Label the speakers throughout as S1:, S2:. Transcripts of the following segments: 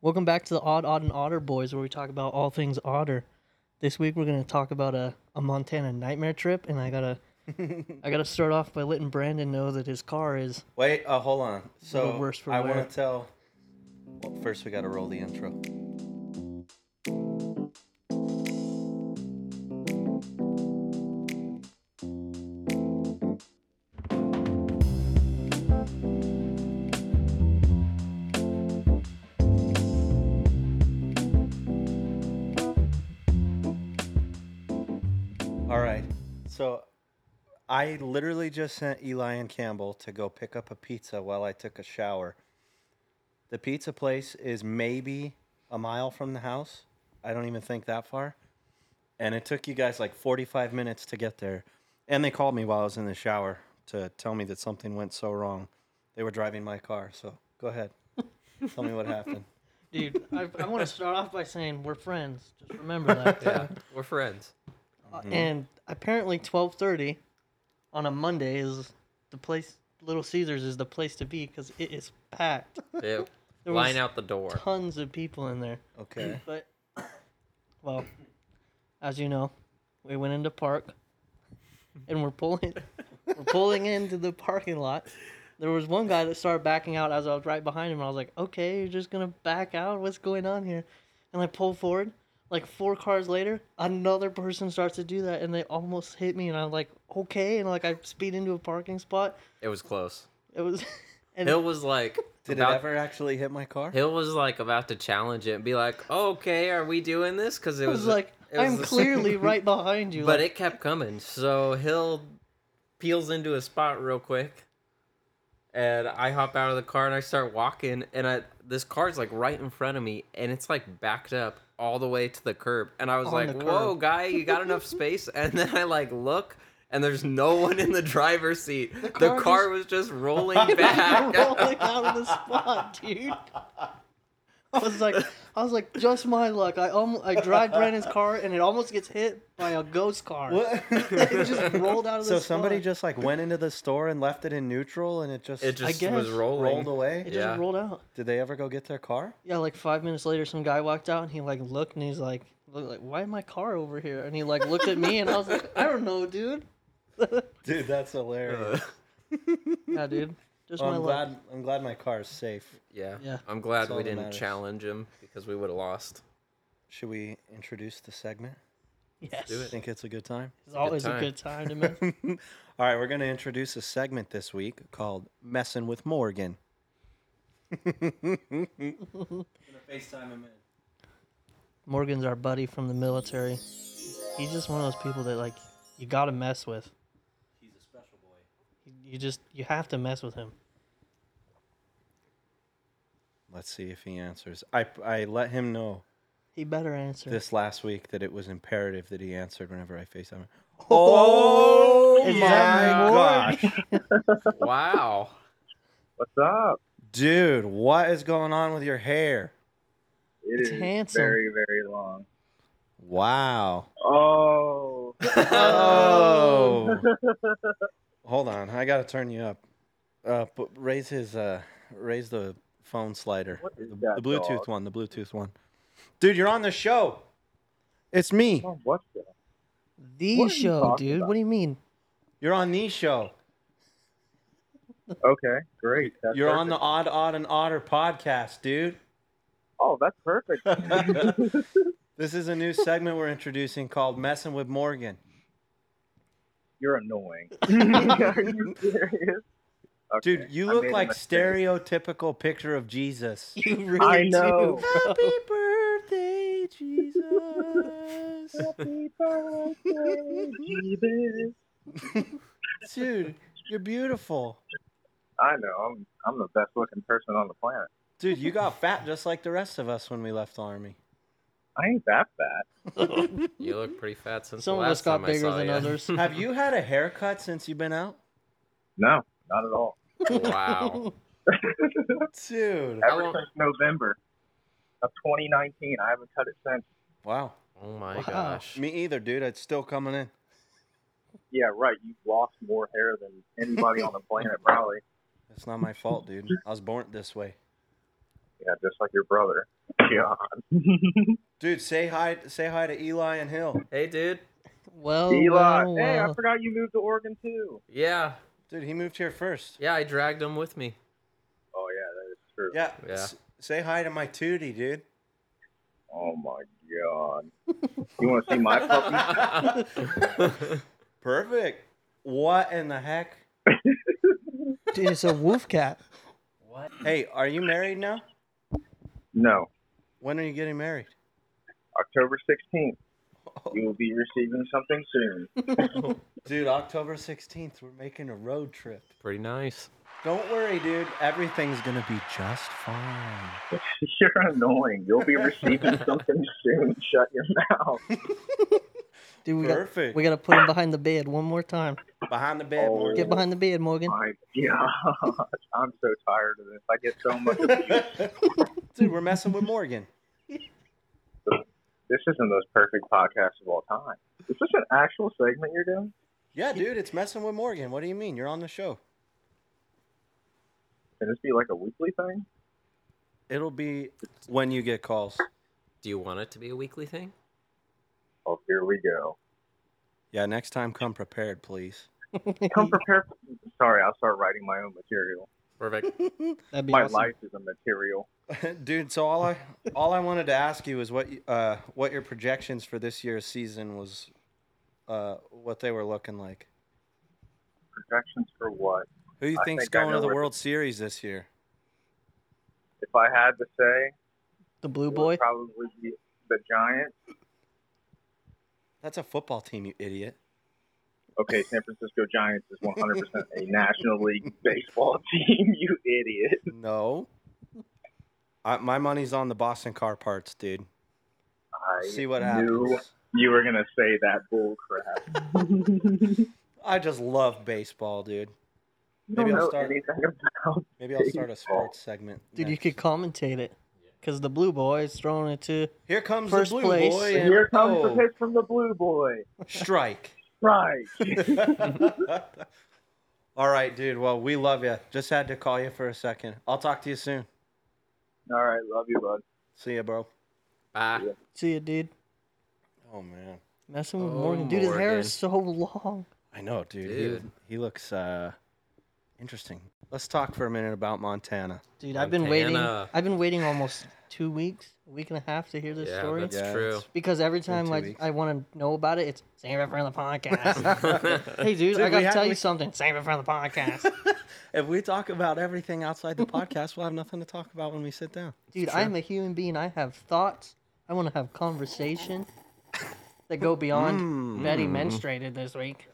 S1: Welcome back to the Odd, Odd, and Otter Boys, where we talk about all things otter. This week we're going to talk about a, a Montana nightmare trip, and I gotta I gotta start off by letting Brandon know that his car is
S2: Wait, uh, hold on. So
S1: worse for
S2: I
S1: wear.
S2: want to tell. Well, first, we got to roll the intro. All right. So I literally just sent Eli and Campbell to go pick up a pizza while I took a shower. The pizza place is maybe a mile from the house. I don't even think that far. And it took you guys like 45 minutes to get there. And they called me while I was in the shower to tell me that something went so wrong. They were driving my car. So go ahead. tell me what happened.
S1: dude. I, I want to start off by saying we're friends. Just remember that.
S3: yeah, we're friends.
S1: Uh, And apparently, twelve thirty on a Monday is the place. Little Caesars is the place to be because it is packed.
S3: Yeah,
S1: There
S3: line
S1: was
S3: out the door.
S1: Tons of people in there.
S2: Okay.
S1: But well, as you know, we went into park and we're pulling we're pulling into the parking lot. There was one guy that started backing out as I was right behind him. I was like, "Okay, you're just gonna back out? What's going on here?" And I pull forward. Like four cars later, another person starts to do that, and they almost hit me. And I'm like, "Okay," and like I speed into a parking spot.
S3: It was close.
S1: It was, and
S3: Hill was like,
S2: Did
S3: about-
S2: it ever actually hit my car?
S3: Hill was like about to challenge it and be like, "Okay, are we doing this?" Because it
S1: I
S3: was,
S1: was like,
S3: it was
S1: "I'm
S3: the-
S1: clearly right behind you."
S3: but
S1: like,
S3: it kept coming. So Hill peels into a spot real quick, and I hop out of the car and I start walking. And I this car's like right in front of me, and it's like backed up all the way to the curb. And I was
S1: On
S3: like,
S1: the curb.
S3: "Whoa, guy, you got enough space?" And then I like look. And there's no one in the driver's seat. The car,
S1: car
S3: was just rolling back.
S1: rolling out of the spot, dude. I was like, I was like, just my luck. I almost, I drive Brandon's car, and it almost gets hit by a ghost car. it just rolled out of the
S2: so somebody
S1: spot.
S2: just like went into the store and left it in neutral and it just
S3: It just
S1: guess.
S3: was rolling.
S2: rolled away.
S1: it
S3: yeah.
S1: just rolled out.
S2: Did they ever go get their car?
S1: Yeah, like five minutes later, some guy walked out, and he like looked, and he's like, look, like, why my car over here? And he like looked at me, and I was like, I don't know, dude.
S2: Dude, that's hilarious.
S1: Yeah, dude, just
S2: Well,
S1: my
S2: I'm
S1: luck.
S2: glad I'm glad my car is safe.
S3: Yeah.
S1: Yeah.
S3: I'm glad
S2: That's all
S3: we
S2: that
S3: didn't
S2: matters.
S3: challenge him because we would have lost.
S2: Should we introduce the segment?
S1: Yes,
S3: do it.
S2: Think it's a good time?
S1: it's always a
S3: time.
S1: good time to me.
S2: All right, we're going to introduce a segment this week called Messing with Morgan. FaceTime him in.
S1: Morgan's our buddy from the military. He's just one of those people that like you gotta mess with.
S2: He's a special boy.
S1: You just you have to mess with him.
S2: Let's see if he answers. I, I let him know
S1: He better answer.
S2: this last week that it was imperative that he answered whenever I FaceTime him.
S1: Oh,
S2: Oh
S1: is that
S2: my
S1: Morgan?
S2: gosh.
S3: Wow.
S4: What's up?
S2: Dude, what is going on with your hair?
S4: It
S1: It's
S4: is
S1: handsome.
S4: very, very long.
S2: Wow.
S4: Oh,
S2: Oh. Hold on, I gotta turn you up. Uh, but raise his uh, raise the phone slider.
S4: What is
S2: the,
S4: that
S2: the Bluetooth
S4: dog?
S2: one. The Bluetooth one. Dude, you're on the show. It's me.
S4: oh, what's that?
S1: the
S4: What are you
S1: show,
S4: talking
S1: dude.
S4: about?
S1: What do you mean?
S2: You're on the show.
S4: Okay, great. That's
S2: you're
S4: perfect.
S2: on the Odd Odd and Otter podcast, dude.
S4: Oh, that's perfect.
S2: This is a new segment we're introducing called "Messing with Morgan."
S4: You're annoying. Are you serious? Okay,
S2: Dude, you
S4: I
S2: look
S4: made a
S2: like
S4: mistake.
S2: stereotypical picture of Jesus.
S1: You really
S4: I
S1: do,
S4: know.
S1: bro.
S2: Happy birthday, Jesus.
S4: Happy birthday, Jesus.
S2: Dude, you're beautiful.
S4: I know. I'm I'm the best looking person on the planet.
S2: Dude, you got fat just like the rest of us when we left the army.
S4: I ain't that bad.
S3: You look pretty fat since
S1: Some
S3: the
S1: of
S3: last
S1: us got
S3: time I
S1: bigger
S3: saw
S1: than
S3: you.
S1: others.
S2: Have you had a haircut since you've been out?
S4: No, not at all.
S3: wow.
S2: Dude.
S3: How
S4: Ever
S3: long-
S4: since November of 2019, I haven't cut it since.
S2: Wow.
S3: Oh my
S1: Wow.
S3: gosh.
S2: Me either, dude. It's still coming in.
S4: Yeah, right. You've lost more hair than anybody on the planet, probably.
S2: It's not my fault, dude. I was born this way.
S4: Yeah, just like your brother. John.
S2: Dude, say hi say hi to Eli and Hill.
S3: Hey, dude.
S1: Well,
S4: Eli,
S1: well,
S4: Oh, hey, I
S1: well.
S4: forgot you moved to Oregon too.
S3: Yeah,
S2: Dude, he moved here first.
S3: yeah. I dragged him with me.
S4: Oh yeah, that is true.
S2: Yeah.
S3: Yeah.
S2: s- say hi to my tootie, dude.
S4: Oh my god. You want to see my puppy?
S2: Perfect. What in the heck?
S1: Dude, it's a wolf cat.
S2: Hey, are you married now?
S4: No,
S2: When are you getting married?
S4: October 16th. You will be receiving something soon.
S2: Dude, October 16th, we're making a road trip.
S3: Pretty nice.
S2: Don't worry, dude. Everything's going to be just fine.
S4: You're annoying. You'll be receiving something soon. Shut your mouth.
S1: Dude, we got,
S2: Perfect.
S1: we got to put him behind the bed one more time.
S2: Behind the bed,
S4: Oh.
S2: Morgan.
S1: Get behind the bed, Morgan.
S4: My god, I'm so tired of this. I get so much abuse.
S2: Dude, we're messing with Morgan.
S4: This isn't the most perfect podcast of all time. Is this an actual segment you're doing?
S2: Yeah, dude, it's messing with Morgan. What do you mean? You're on the show.
S4: Can this be like a weekly thing?
S2: It'll be when you get calls.
S3: Do you want it to be a weekly thing?
S4: Oh, here we go.
S2: Yeah, next time come prepared, please.
S4: Come prepare. Sorry, I'll start writing my own material.
S3: Perfect.
S1: That'd be
S4: My
S1: awesome.
S4: life is a material.
S2: dude, so all I all I wanted to ask you is what you- uh what your projections for this year's season was uh what they were looking like.
S4: Projections for what?
S2: Who you
S4: I
S2: think's
S4: think I
S2: going to
S4: know
S2: the
S4: where-
S2: World Series this year?
S4: If I had to say,
S1: The blue
S4: it would
S1: boy.
S4: probably be the Giants.
S2: That's a football team, you idiot.
S4: Okay, San Francisco Giants is 100% a National League baseball team. You idiot.
S2: No. I, my money's on the Boston car parts, dude.
S4: I
S2: See what
S4: knew
S2: happens.
S4: you were gonna say that bull crap.
S2: I just love baseball, dude.
S4: You
S2: Maybe
S4: don't
S2: I'll
S4: know
S2: start-
S4: anything about
S2: Maybe I'll start a
S4: Baseball.
S2: sports segment.
S1: Dude, you
S2: next.
S1: could commentate it. Because the blue boy is throwing it to.
S2: Here comes
S1: first
S2: the blue
S1: place.
S2: boy.
S1: And
S2: and-
S4: Here comes the
S2: oh,
S4: pitch from the blue boy.
S2: strike.
S4: Right.
S2: All right, dude. Well, we love you. Just had to call you for a second. I'll talk to you soon.
S4: All right, love you, bud.
S2: See ya, bro.
S3: Bye.
S1: See ya, dude.
S2: Oh man,
S1: Messing with
S3: Oh,
S1: Morgan. Dude, his hair
S3: Morgan.
S1: is so long.
S2: I know, dude.
S3: Dude.
S2: He, he looks uh, interesting. Let's talk for a minute about Montana.
S1: Dude, I've been waiting.
S3: Montana.
S1: I've been waiting almost two weeks, a week and a half to hear this
S3: Yeah,
S1: story.
S3: That's true.
S1: Because every
S2: been
S1: time
S2: two
S1: I,
S2: weeks.
S1: I want to know about it, it's save it for the podcast. hey, dude,
S2: Dude,
S1: I
S2: we
S1: got to
S2: had-
S1: tell
S2: we-
S1: you something. Save it for the podcast.
S2: If we talk about everything outside the podcast, we'll have nothing to talk about when we sit down.
S1: Dude, I'm a human being. I have thoughts. I want to have conversation that go beyond
S2: Mm.
S1: Betty menstruated this week.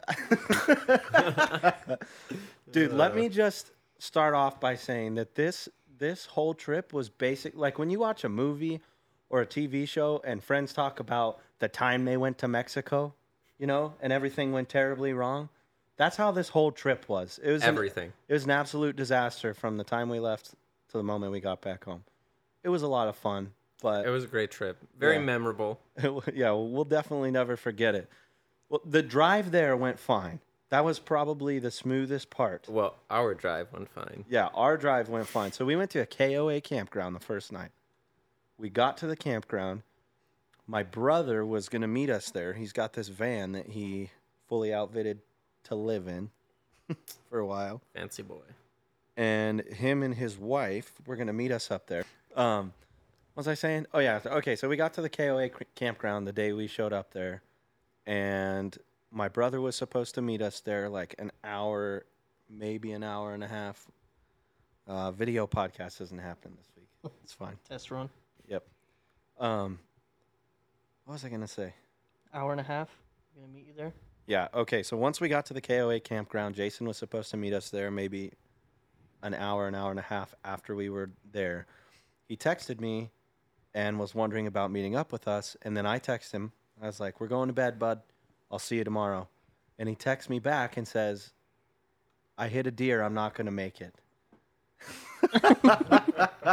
S2: Dude, let me just start off by saying that this this whole trip was basic. Like when you watch a movie or a TV show and friends talk about the time they went to Mexico, you know, and everything went terribly wrong. That's how this whole trip was. It was an-
S3: Everything.
S2: it was an absolute disaster from the time we left to the moment we got back home. It was a lot of fun, but
S3: It was a great trip. Very
S2: Yeah.
S3: memorable.
S2: yeah, we'll definitely never forget it. Well, the drive there went fine. That was probably the smoothest part.
S3: Well, our drive went fine.
S2: Yeah, our drive went fine. So we went to a KOA campground the first night. We got to the campground. My brother was going to meet us there. He's got this van that he fully outfitted to live in for a while
S3: Fancy boy.
S2: and him and his wife were going to meet us up there. Um, what was I saying? Oh, yeah. Okay. So we got to the KOA cr- campground the day we showed up there, and my brother was supposed to meet us there like an hour, maybe an hour and a half. Uh, video podcast doesn't happen this week. It's fine.
S1: Test run.
S2: Yep. Um, what was I going to say?
S1: Hour and a half. I'm going to meet you there.
S2: Yeah. Okay. So once we got to the KOA campground, Jason was supposed to meet us there maybe an hour, an hour and a half after we were there. He texted me and was wondering about meeting up with us. And then I texted him. I was like, We're going to bed, bud. I'll see you tomorrow. And he texts me back and says, I hit a deer. I'm not going to make it.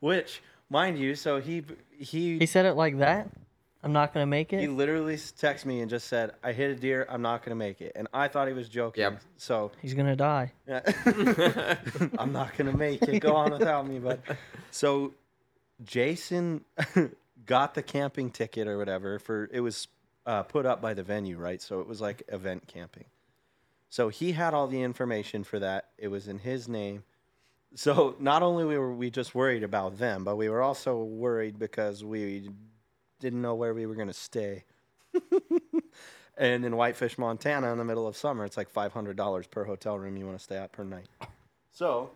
S2: Which, mind you, so he he
S1: He said it like that. I'm not going to make
S2: he
S1: it.
S2: literally s- texted me and just said, "I hit a deer. I'm not gonna make it." And I thought he was joking.
S3: Yep.
S2: So
S1: He's going to die.
S2: I'm not gonna make it. Go on without me, bud. So Jason got the camping ticket or whatever for it was uh, put up by the venue, right? So it was like event camping. So he had all the information for that. It was in his name. So not only were we just worried about them, but we were also worried because we didn't know where we were going to stay. and in Whitefish, Montana, in the middle of summer, it's like $500 per hotel room you want to stay at per night. So,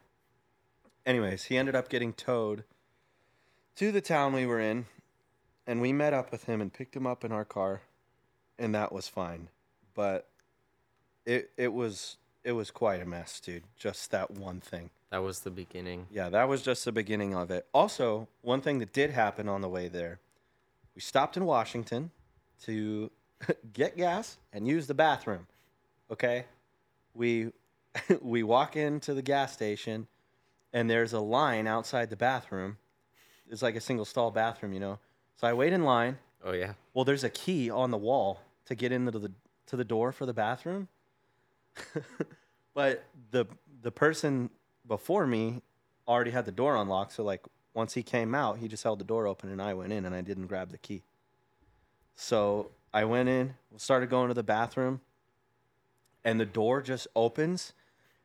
S2: anyways, he ended up getting towed to the town we were in, and we met up with him and picked him up in our car, and that was fine. But it it was it was quite a mess, dude. Just that one thing.
S3: That was the beginning.
S2: Yeah, that was just the beginning of it. Also, one thing that did happen on the way there, we stopped in Washington to get gas and use the bathroom. Okay? We we walk into the gas station and there's a line outside the bathroom. It's like a single stall bathroom, you know. So I wait in line.
S3: Oh yeah.
S2: Well, there's a key on the wall to get into the to the door for the bathroom. but the the person before me already had the door unlocked, so like once he came out, he just held the door open and I went in and I didn't grab the key. So I went in, started going to the bathroom, and the door just opens.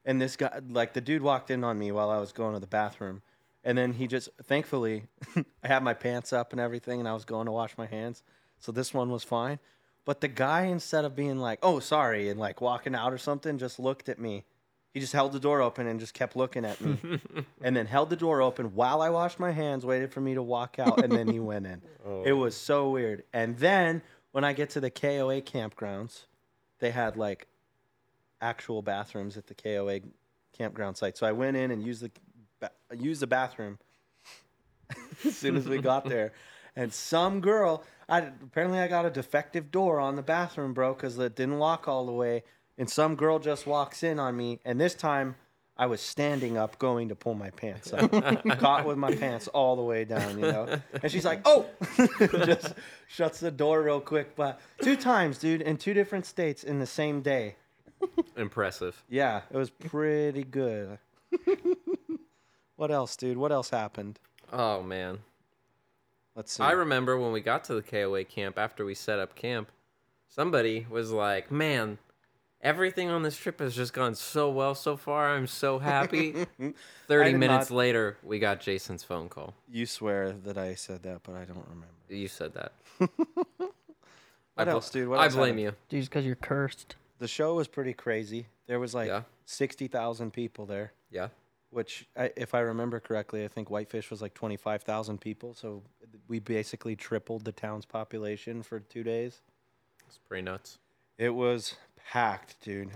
S2: And this guy, like the dude walked in on me while I was going to the bathroom. And then he just, thankfully, I had my pants up and everything, and I was going to wash my hands. So this one was fine. But the guy, instead of being like, oh, sorry, and like walking out or something, just looked at me. He just held the door open and just kept looking at me. and then held the door open while I washed my hands, waited for me to walk out, and then he went in.
S3: Oh.
S2: It was so weird. And then when I get to the KOA campgrounds, they had like actual bathrooms at the KOA campground site. So I went in and used the ba- used the bathroom as soon as we got there. And some girl, I apparently I got a defective door on the bathroom, bro, because it didn't lock all the way. And some girl just walks in on me, and this time I was standing up, going to pull my pants up, caught with my pants all the way down, you know. And she's like, "Oh," just shuts the door real quick. But two times, dude, in two different states in the same day.
S3: Impressive.
S2: Yeah, it was pretty good. what else, dude? What else happened?
S3: Oh man.
S2: Let's see.
S3: I remember when we got to the KOA camp after we set up camp, somebody was like, "Man, everything on this trip has just gone so well so far. I'm so happy." 30
S2: did
S3: minutes
S2: not-
S3: later, we got Jason's phone call.
S2: you swear that I said that, but I don't remember.
S3: You said that.
S2: What else, dude? What
S3: I
S2: else
S3: blame
S2: happened?
S3: you.
S1: Dude, because you're cursed.
S2: The show was pretty crazy. There was like
S3: Yeah.
S2: sixty thousand people there,
S3: Yeah.
S2: which, I, if I remember correctly, I think Whitefish was like twenty five thousand people. So we basically tripled the town's population for two days.
S3: It's pretty nuts.
S2: It was packed, dude.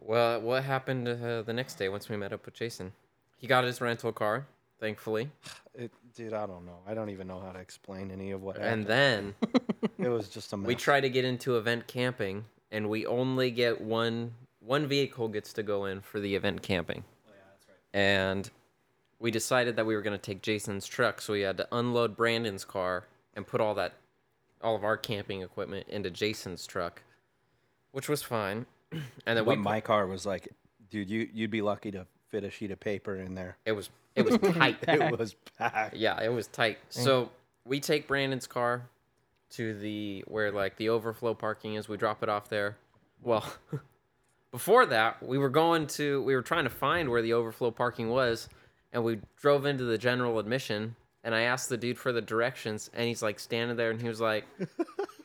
S3: Well, what happened uh, the next day once we met up with Jason? He got his rental car, thankfully,
S2: It, dude, I don't know. I don't even know how to explain any of what
S3: and
S2: happened.
S3: then
S2: it was just a mess.
S3: we try to get into event camping, and we only get one one vehicle gets to go in for the event camping.
S2: Oh,
S3: And we decided that we were going to take Jason's truck, so we had to unload Brandon's car and put all that all of our camping equipment into Jason's truck, which was fine. And then
S2: But
S3: we put-
S2: my car was like, dude, you you'd be lucky to fit a sheet of paper in there.
S3: it was it was tight.
S2: It was packed.
S3: Yeah, it was tight.
S2: Mm.
S3: So we take Brandon's car to the where like the overflow parking is. We drop it off there. Well, before that, we were going to we were trying to find where the overflow parking was, and we drove into the general admission. And I asked the dude for the directions, and he's like standing there, and he was like,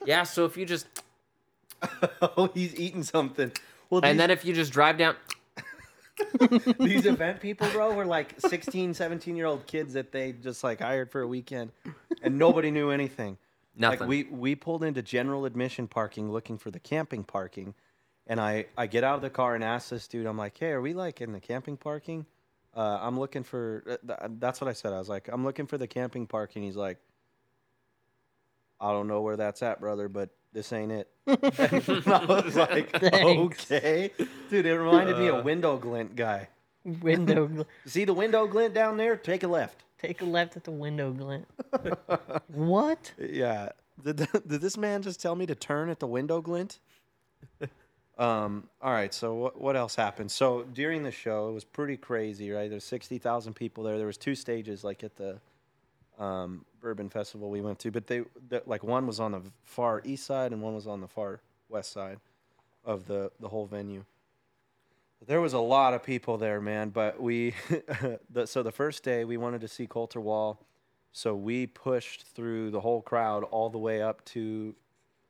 S3: "Yeah, so if you just
S2: oh, he's eating something. Well, these,
S3: and then if you just drive down,
S2: these event people, bro, were like 16, 17 year old kids that they just like hired for a weekend, and nobody knew anything.
S3: nothing."
S2: Like we we pulled into general admission parking looking for the camping parking, and I I get out of the car and ask this dude, I'm like, hey, are we like in the camping parking? Uh, I'm looking for. uh, Th- that's what I said. I was like, I'm looking for the camping parking. He's like, I don't know where that's at, brother, but this ain't it. And I was like,
S1: Thanks.
S2: okay, dude. It reminded me of window glint guy.
S1: Window. gl-
S2: See the window glint down there? Take a left.
S1: Take a left at the window, Glint. what?
S2: Yeah. Did, th- did this man just tell me to turn at the window glint? um, all right. So what, what else happened? So during the show, it was pretty crazy, right? There's 60,000 people there. There was two stages like at the um, bourbon festival we went to, but they the, like one was on the far east side and one was on the far west side of the the whole venue. There was a lot of people there, man. But we, the, so the first day we wanted to see Coulter Wall, so we pushed through the whole crowd all the way up to,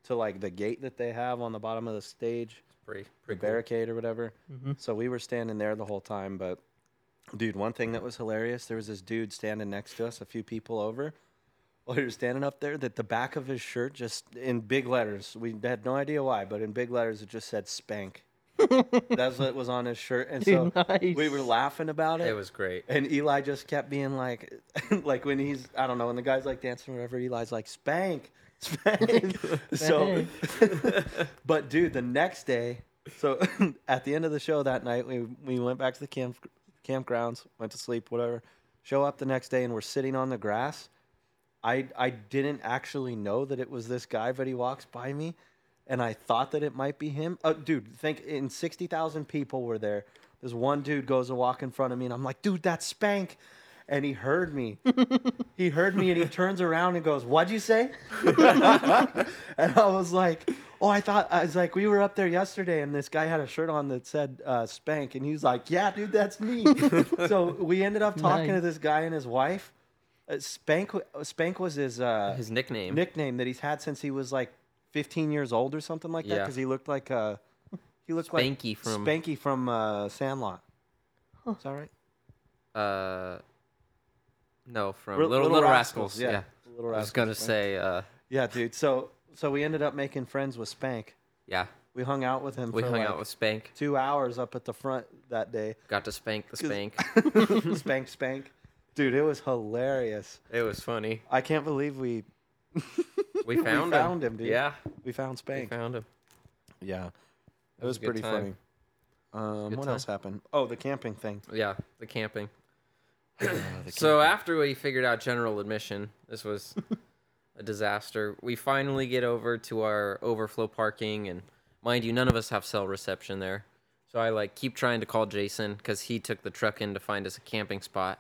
S2: to like the gate that they have on the bottom of the stage
S3: Pretty, pretty cool.
S2: barricade or whatever. So we were standing there the whole time. But dude, one thing that was hilarious, there was this dude standing next to us, a few people over. Well, he was standing up there that the back of his shirt just in big letters. We had no idea why, but in big letters it just said spank. That's what was on his shirt. And
S1: Dude,
S2: so we
S1: nice.
S2: were laughing about it.
S3: It was great.
S2: And Eli just kept being like, like when he's, I don't know, when the guy's like dancing or whatever, Eli's like, spank, spank. so, but dude, the next day, so at the end of the show that night, we, we went back to the camp, campgrounds, went to sleep, whatever. Show up the next day and we're sitting on the grass. I, I didn't actually know that it was this guy, but he walks by me and I thought that it might be him. Oh, dude, think in 60,000 people were there. This one dude goes to walk in front of me, and I'm like, dude, that's Spank. And he heard me. he heard me, and he turns around and goes, what'd you say? and I was like, oh, I thought, I was like, we were up there yesterday, and this guy had a shirt on that said uh, Spank. And he's like, yeah, dude, that's me. so we ended up talking to
S1: Nice.
S2: this guy and his wife. Uh, Spank, w- Spank was his, uh,
S3: His nickname.
S2: nickname that he's had since he was like 15 years old or something like that
S3: Yeah.
S2: because he looked like uh he looked
S3: Spanky
S2: like
S3: from-
S2: Spanky from uh, Sandlot. Is that right?
S3: uh, no, from
S2: Ri-
S3: Little, Little, Rascals. Yeah.
S2: Little
S3: I
S2: Rascals.
S3: was gonna
S2: right?
S3: say, uh,
S2: Yeah, dude. So so we ended up making friends with Spank.
S3: yeah,
S2: We hung out with him.
S3: we
S2: for
S3: hung
S2: like
S3: out with Spank.
S2: two hours up at the front that day.
S3: Got to spank the spank.
S2: spank, Spank. Dude, it was hilarious.
S3: it was funny.
S2: I can't believe we
S3: We found,
S2: found him, dude.
S3: Yeah,
S2: we found
S3: we
S2: Spank.
S3: found him.
S2: yeah, it
S3: was
S2: was,
S3: a good
S2: pretty funny.
S3: time.
S2: Um,
S3: good
S2: what
S3: time.
S2: else happened? Oh, the camping thing.
S3: Yeah, the camping.
S2: the
S3: so after we figured out general admission, this was a disaster. We finally get over to our overflow parking, and mind you, none of us have cell reception there. So I like keep trying to call Jason because he took the truck in to find us a camping spot,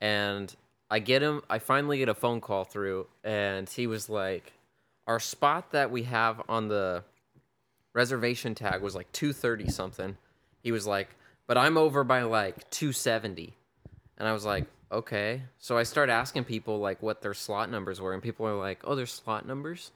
S3: and I get him. I finally get a phone call through, and he was like, "Our spot that we have on the reservation tag was like 230 something." He was like, "But I'm over by like 270." And I was like, okay. So I started asking people like what their slot numbers were, and people are like, oh, there's slot numbers.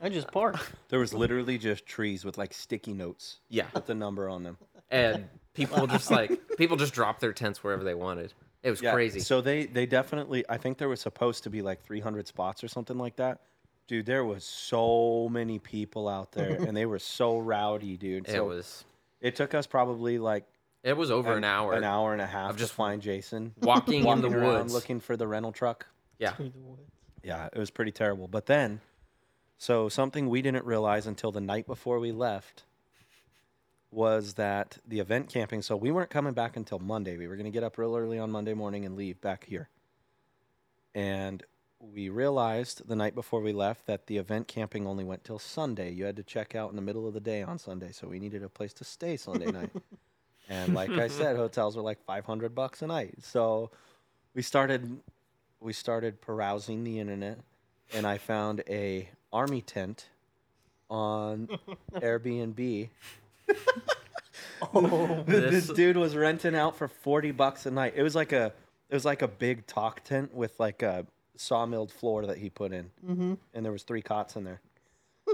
S1: I just parked.
S2: There was literally just trees with like sticky notes
S3: Yeah.
S2: with the number on them.
S3: And people just like people just dropped their tents wherever they wanted. It was crazy.
S2: So they they definitely I think there was supposed to be like 300 spots or something like that. Dude, there was so many people out there and they were so rowdy, dude.
S3: it
S2: so
S3: was
S2: it took us probably like
S3: it was over an, hour.
S2: an hour and a half
S3: of
S2: just
S3: just
S2: to find Jason
S3: Walking, in the
S2: walking around
S3: woods.
S2: looking for the rental truck.
S3: yeah.
S2: Yeah, it was pretty terrible. But then so something we didn't realize until the night before we left was that the event camping. So we weren't coming back until Monday. We were going to get up real early on Monday morning and leave back here. And we realized the night before we left that the event camping only went till Sunday. You had to check out in the middle of the day on Sunday. So we needed a place to stay Sunday night. And like I said, hotels were like 500 bucks a night. So we started we started perusing the internet and I found a army tent on Airbnb.
S1: Oh,
S2: this,
S3: This-
S2: dude was renting out for 40 bucks a night. It was like a it was like a big talk tent with like a sawmilled floor that he put in. Mm-hmm. And there was three cots in there.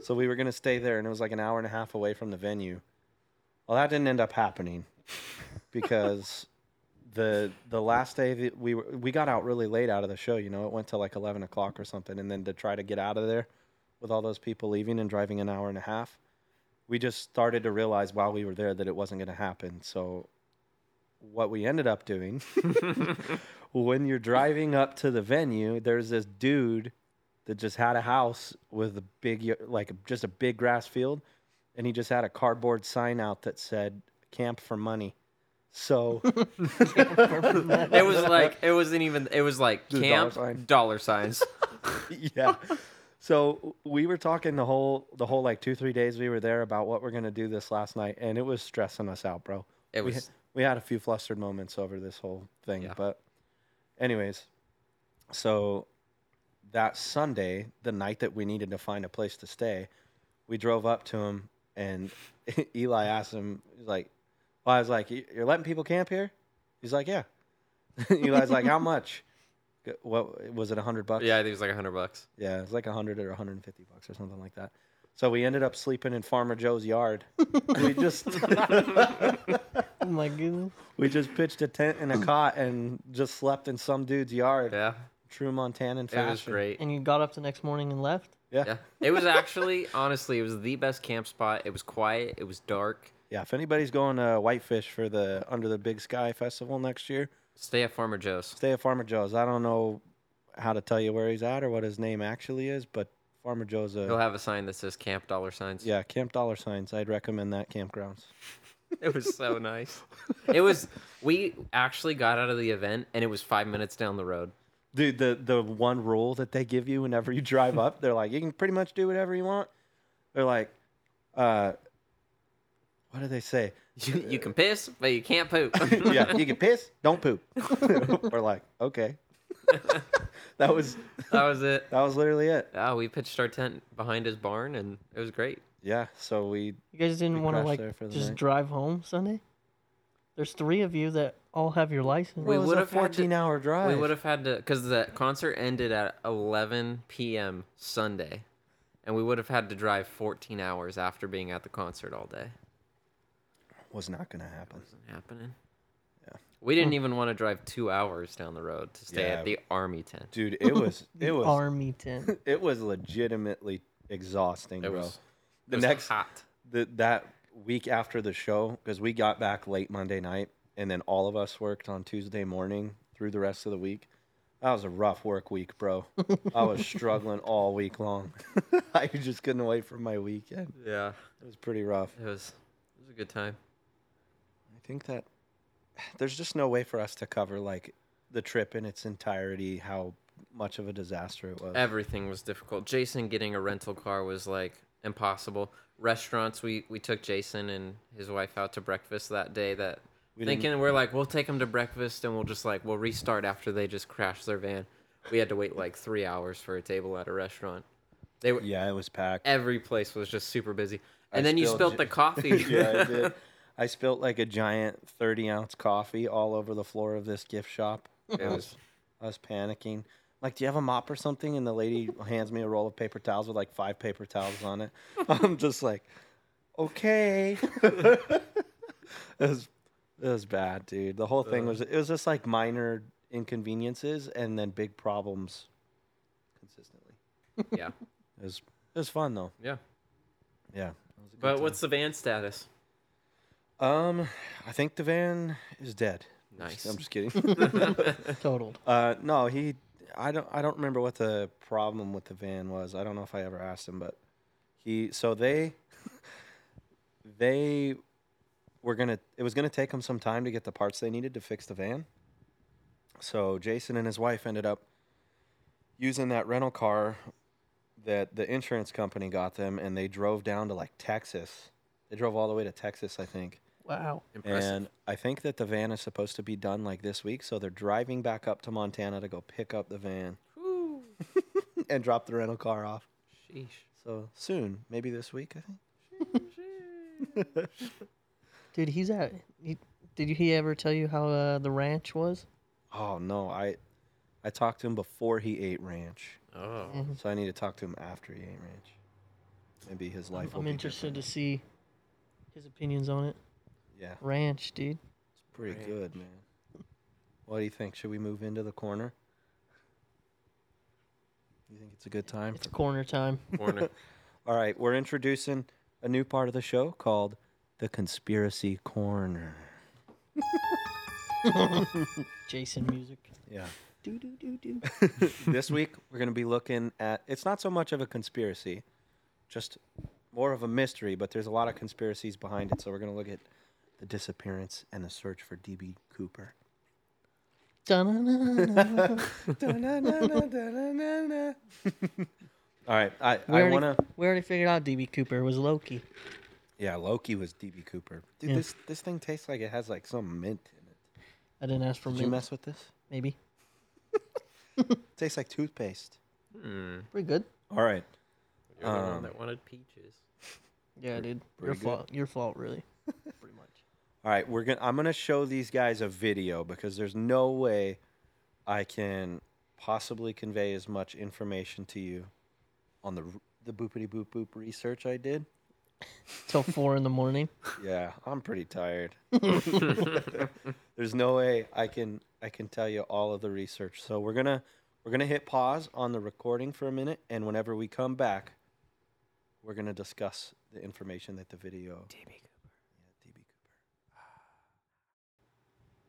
S2: so we were going to stay there and it was like an hour and a half away from the venue. Well, that didn't end up happening because the the last day that we were, we got out really late out of the show. You know, it went to like eleven o'clock or something, and then to try to get out of there with all those people leaving and driving an hour and a half, we just started to realize while we were there that it wasn't going to happen. So, what we ended up doing when you're driving up to the venue, there's this dude that just had a house with a big y- like just a big grass field, and he just had a cardboard sign out that said "Camp for Money." So.
S3: It was like it wasn't even it was like
S2: Just dollar
S3: camp
S2: sign.
S3: dollar signs.
S2: yeah. So we were talking the whole the whole like two three days we were there about what we're gonna do this last night, and it was stressing us out, bro.
S3: It
S2: we,
S3: was-
S2: we had a few flustered moments over this whole thing,
S3: Yeah.
S2: but anyways, So that Sunday, the night that we needed to find a place to stay, we drove up to him and Eli asked him, he's like, well, I was like, "You- you're letting people camp here? He's like, yeah. Eli's like, how much? Go- What was it? A hundred bucks?
S3: Yeah, I think it was like a hundred bucks.
S2: Yeah, it's like 100 or 150 bucks or something like that. So we ended up sleeping in Farmer Joe's yard. we just
S1: Oh my goodness.
S2: we just pitched a tent and a cot and just slept in some dude's yard.
S3: Yeah,
S2: True Montanan
S3: it
S2: fashion.
S3: was great.
S1: And you got up the next morning and left?
S2: Yeah. yeah.
S3: Yeah, it was actually honestly, it was the best camp spot. It was quiet. It was dark.
S2: if anybody's going to Whitefish for the Under the Big Sky Festival next year,
S3: Stay at Farmer Joe's.
S2: stay at Farmer Joe's. I don't know how to tell you where he's at or what his name actually is, but Farmer Joe's
S3: He'll
S2: a
S3: have a sign that says Camp Dollar Signs.
S2: yeah, Camp Dollar Signs. I'd recommend that campgrounds.
S3: It was so nice. It was. We actually got out of the event, and it was five minutes down the road.
S2: Dude, the the one rule that they give you whenever you drive up, they're like, you can pretty much do whatever you want. They're like, uh, what do they say?
S3: You, you can piss, but you can't poop.
S2: yeah, you can piss, don't poop. We're like, okay. that was
S3: that was it.
S2: that was literally it.
S3: Oh, we pitched our tent behind his barn, and it was great.
S2: Yeah. So we
S1: You guys didn't
S2: We
S1: want to
S2: crashed
S1: like
S2: there for the
S1: just
S2: night.
S1: drive home Sunday? There's three of you that all have your license.
S3: We
S2: it was
S3: would
S2: a
S3: have had to-
S2: fourteen hour drive.
S3: We would have had to because the concert ended at 11 p.m. Sunday, and we would have had to drive 14 hours after being at the concert all day.
S2: was not gonna happen.
S3: Wasn't happening.
S2: Yeah.
S3: We didn't even want to drive two hours down the road to stay
S2: Yeah.
S3: at the army tent.
S2: Dude, it was
S1: The
S2: it was
S1: army tent.
S2: it was legitimately exhausting,
S3: It
S2: bro.
S3: was
S2: the
S3: it was
S2: next
S3: hot.
S2: the, that week after the show because we got back late Monday night and then all of us worked on Tuesday morning through the rest of the week. That was a rough work week, bro. I was struggling all week long. I just couldn't wait for my weekend.
S3: Yeah,
S2: It was pretty rough.
S3: it was. It was a good time.
S2: I think that there's just no way for us to cover like the trip in its entirety, how much of a disaster it was.
S3: Everything was difficult. Jason getting a rental car was like impossible. Restaurants, we we took Jason and his wife out to breakfast that day. That
S2: We didn't-
S3: thinking we're like we'll take them to breakfast and we'll just like we'll restart after they just crash their van. We had to wait like three hours for a table at a restaurant. They were
S2: Yeah, it was packed.
S3: every place was just super busy.
S2: I
S3: And then you
S2: spilled
S3: spilt
S2: ju-
S3: the coffee.
S2: yeah, I did. I spilt like a giant 30 ounce coffee all over the floor of this gift shop. I
S3: It
S2: was,
S3: was-
S2: I was panicking. Like, do you have a mop or something? And the lady hands me a roll of paper towels with like five paper towels on it. I'm just like, okay. it, was, it was bad, dude. The whole thing was, it was just like minor inconveniences and then big problems consistently.
S3: yeah,
S2: It was, it was fun though.
S3: yeah.
S2: Yeah. it was a good
S3: But
S2: time.
S3: what's the van status?
S2: Um, I think the van is dead. I'm just-
S3: Nice.
S2: I'm just kidding.
S1: Totaled.
S2: uh, no, he. I don't. I don't remember what the problem with the van was. I don't know if I ever asked him, but he. So they. They were gonna. It was gonna take them some time to get the parts they needed to fix the van. So Jason and his wife ended up using that rental car that the insurance company got them, and they drove down to like Texas. They drove all the way to Texas, I think.
S1: Wow.
S3: Impressive.
S2: And I think that the van is supposed to be done like this week, so they're driving back up to Montana to go pick up the van
S3: Whew.
S2: and drop the rental car off.
S3: Sheesh.
S2: So soon, maybe this week, I think.
S1: Dude, he's at. He, did he ever tell you how uh, the ranch was?
S2: Oh no, I I talked to him before he ate ranch,
S3: Oh.
S2: so I need to talk to him after he ate ranch. Maybe his life. will
S1: I'm
S2: be
S1: interested to
S2: different.
S1: see his opinions on it.
S2: Yeah,
S1: Ranch, dude.
S2: it's pretty
S3: Ranch.
S2: good, man. What do you think? Should we move into the corner? You think it's a good time?
S1: It's corner time.
S3: Corner.
S2: All right, we're introducing a new part of the show called the Conspiracy Corner.
S1: Jason music.
S2: Yeah.
S1: Do do do do.
S2: this week we're going to be looking at it's not so much of a conspiracy, just more of a mystery, but there's a lot of conspiracies behind it. So we're going to look at the disappearance and the search for DB Cooper.
S1: Da-na-na-na.
S2: Da-na-na-na-da-na-na-na. All right, I,
S1: We
S2: I
S1: already-
S2: want to
S1: We already figured out DB Cooper was Loki.
S2: Yeah, Loki was DB Cooper. Dude,
S1: Yeah.
S2: this this thing tastes like it has like some mint in it.
S1: I didn't ask for
S2: Did you
S1: mint.
S2: mess with this?
S1: Maybe.
S2: tastes like toothpaste.
S3: Hmm.
S1: Pretty good.
S2: All right.
S3: You're the
S2: Um,
S3: one that wanted peaches.
S1: Yeah, dude. Your
S2: pretty good.
S1: fault. Your fault, really. Pretty much.
S2: All right, we're gonna. I'm gonna show these guys a video because there's no way I can possibly convey as much information to you on the r- the boopity boop boop research I did.
S1: Till four in the morning.
S2: Yeah, I'm pretty tired. there's no way I can I can tell you all of the research. So we're gonna we're gonna hit pause on the recording for a minute, and whenever we come back, we're gonna discuss the information that the video.
S1: DB Cooper.
S2: Yeah, DB Cooper.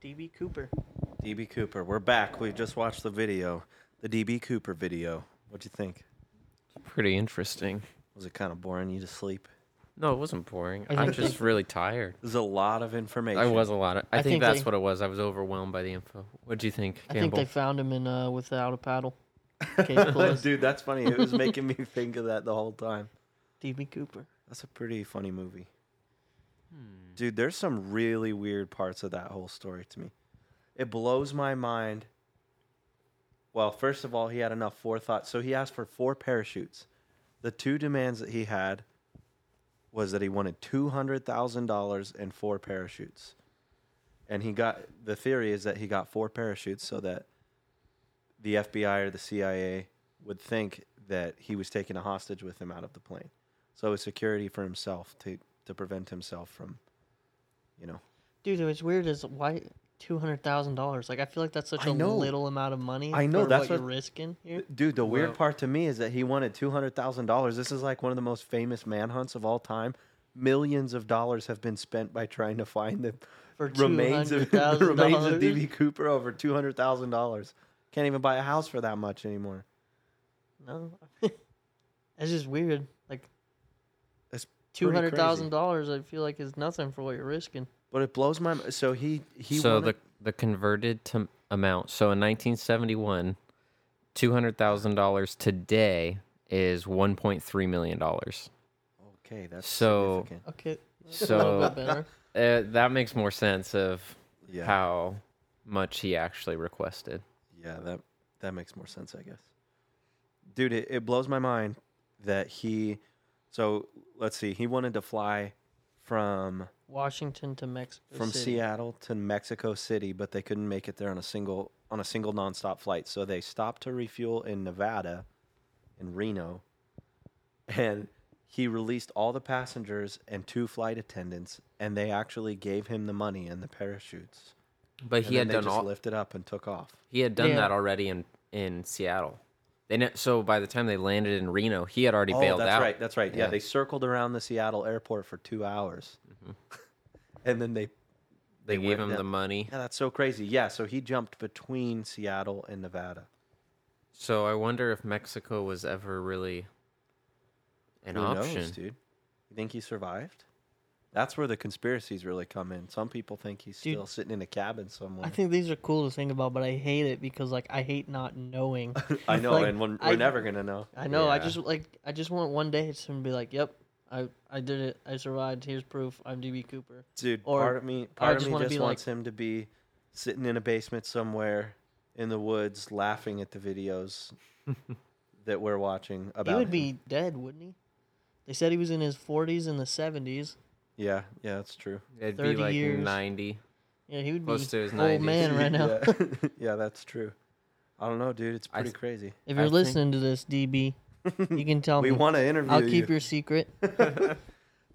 S1: DB Cooper.
S2: DB Cooper, we're back. We just watched the video, the DB Cooper video. What'd you think?
S3: Pretty interesting.
S2: Was it kind of boring you to sleep?
S3: No, it wasn't boring.
S1: I
S3: I'm
S1: think-
S3: just really tired.
S2: There's a lot of information.
S3: I was a lot. Of, I,
S1: I
S3: think,
S1: think
S3: that's
S1: they-
S3: what it was. I was overwhelmed by the info. What'd you think,
S1: I think
S3: Campbell?
S1: they found him in uh, without a paddle. Case closed.
S2: Dude, that's funny. It was making me think of that the whole time.
S1: DB Cooper.
S2: That's a pretty funny movie. Dude, there's some really weird parts of that whole story to me. It blows my mind. Well, first of all, he had enough forethought. So he asked for four parachutes. The two demands that he had was that he wanted $200,000 and four parachutes. And he got the theory is that he got four parachutes so that the FBI or the CIA would think that he was taking a hostage with him out of the plane. So it was security for himself to to prevent himself from, you know.
S1: Dude, what's weird is why two hundred thousand dollars. Like I feel like that's such
S2: I
S1: a
S2: know.
S1: little amount of money.
S2: I know,
S1: for
S2: that's
S1: what,
S2: what-
S1: you're risking here.
S2: Dude, the weird
S3: Well-
S2: part to me is that he wanted two hundred thousand dollars. This is like one of the most famous manhunts of all time. Millions of dollars have been spent by trying to find the
S1: For
S2: remains of the remains of
S1: $200,000?
S2: DB Cooper over two hundred thousand dollars. Can't even buy a house for that much anymore.
S1: No, it's just weird. Like
S2: That's
S1: two
S2: pretty crazy.
S1: hundred thousand dollars, I feel like is nothing for what you're risking.
S2: But it blows my mind. So he he
S3: so
S2: wanted,
S3: the the converted to amount. So in 1971, two hundred thousand dollars today is one point three million dollars.
S2: okay that's
S3: so-
S2: significant.
S1: Okay, that's a little
S3: So
S1: bit better.
S3: uh, that makes more sense of
S2: Yeah.
S3: how much he actually requested.
S2: Yeah, that that makes more sense, I guess. Dude, it, it blows my mind that he. So let's see. He wanted to fly from
S1: Washington to Mexico.
S2: from
S1: City.
S2: Seattle to Mexico City, but they couldn't make it there on a single on a single nonstop flight. So they stopped to refuel in Nevada, in Reno, and he released all the passengers and two flight attendants, and they actually gave him the money and the parachutes.
S3: But
S2: And
S3: he
S2: then
S3: had
S2: they
S3: done
S2: just
S3: all.
S2: lifted up and took off.
S3: He had done
S1: Yeah.
S3: that already in in Seattle. They ne- so by the time they landed in Reno, he had already bailed
S2: Oh, that's
S3: out.
S2: right. That's right. Yeah.
S3: Yeah.
S2: they circled around the Seattle airport for two hours, and then they
S3: Mm-hmm. They, gave
S2: went
S3: him
S2: down.
S3: the money.
S2: yeah, that's so crazy. Yeah, so he jumped between Seattle and Nevada.
S3: So I wonder if Mexico was ever really an
S2: Who
S3: option.
S2: knows, dude? You think he survived? That's where the conspiracies really come in. Some people think he's
S1: Dude.
S2: still sitting in a cabin somewhere.
S1: I think these are cool to think about, but I hate it because like I hate not knowing.
S2: I know,
S1: Like,
S2: and we're,
S1: I-
S2: we're never gonna know.
S1: I know. I
S3: Yeah.
S1: just like I just want one day it's gonna be like, yep, I I did it. I survived. Here's proof. I'm DB Cooper.
S2: dude.
S1: Or
S2: part of me, part
S1: just
S2: of me
S1: wanna
S2: just
S1: be
S2: wants him to be sitting in a basement somewhere in the woods, laughing at the videos that we're watching about.
S1: he would
S2: him.
S1: be dead, wouldn't he? They said he was in his 40s and the 70s.
S2: Yeah, yeah, that's true.
S3: It'd be
S1: 30
S3: like
S1: years.
S3: ninety.
S1: Yeah, he would
S3: Close
S1: be
S3: to his
S1: old
S3: 90s.
S1: man right now.
S2: Yeah. yeah, that's true. I don't know, dude. It's
S3: I
S2: pretty
S3: th-
S2: crazy.
S1: If
S3: I
S1: you're
S3: think-
S1: listening to this, DB, you can tell
S2: we
S1: me.
S2: want to interview
S1: I'll
S2: you.
S1: keep your secret.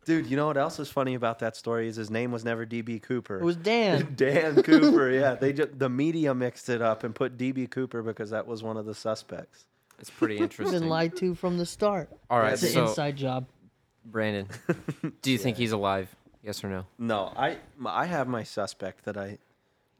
S2: Dude, you know what else is funny about that story is his name was never DB Cooper.
S1: It was Dan.
S2: Dan Cooper. Yeah, they just the media mixed it up and put DB Cooper because that was one of the suspects.
S3: It's pretty
S1: He's
S3: interesting.
S1: been lied to from the start.
S3: All right,
S1: It's an
S3: so
S1: inside job.
S3: Brandon, do you think he's alive? Yes or no?
S2: No, I my- I have my suspect that I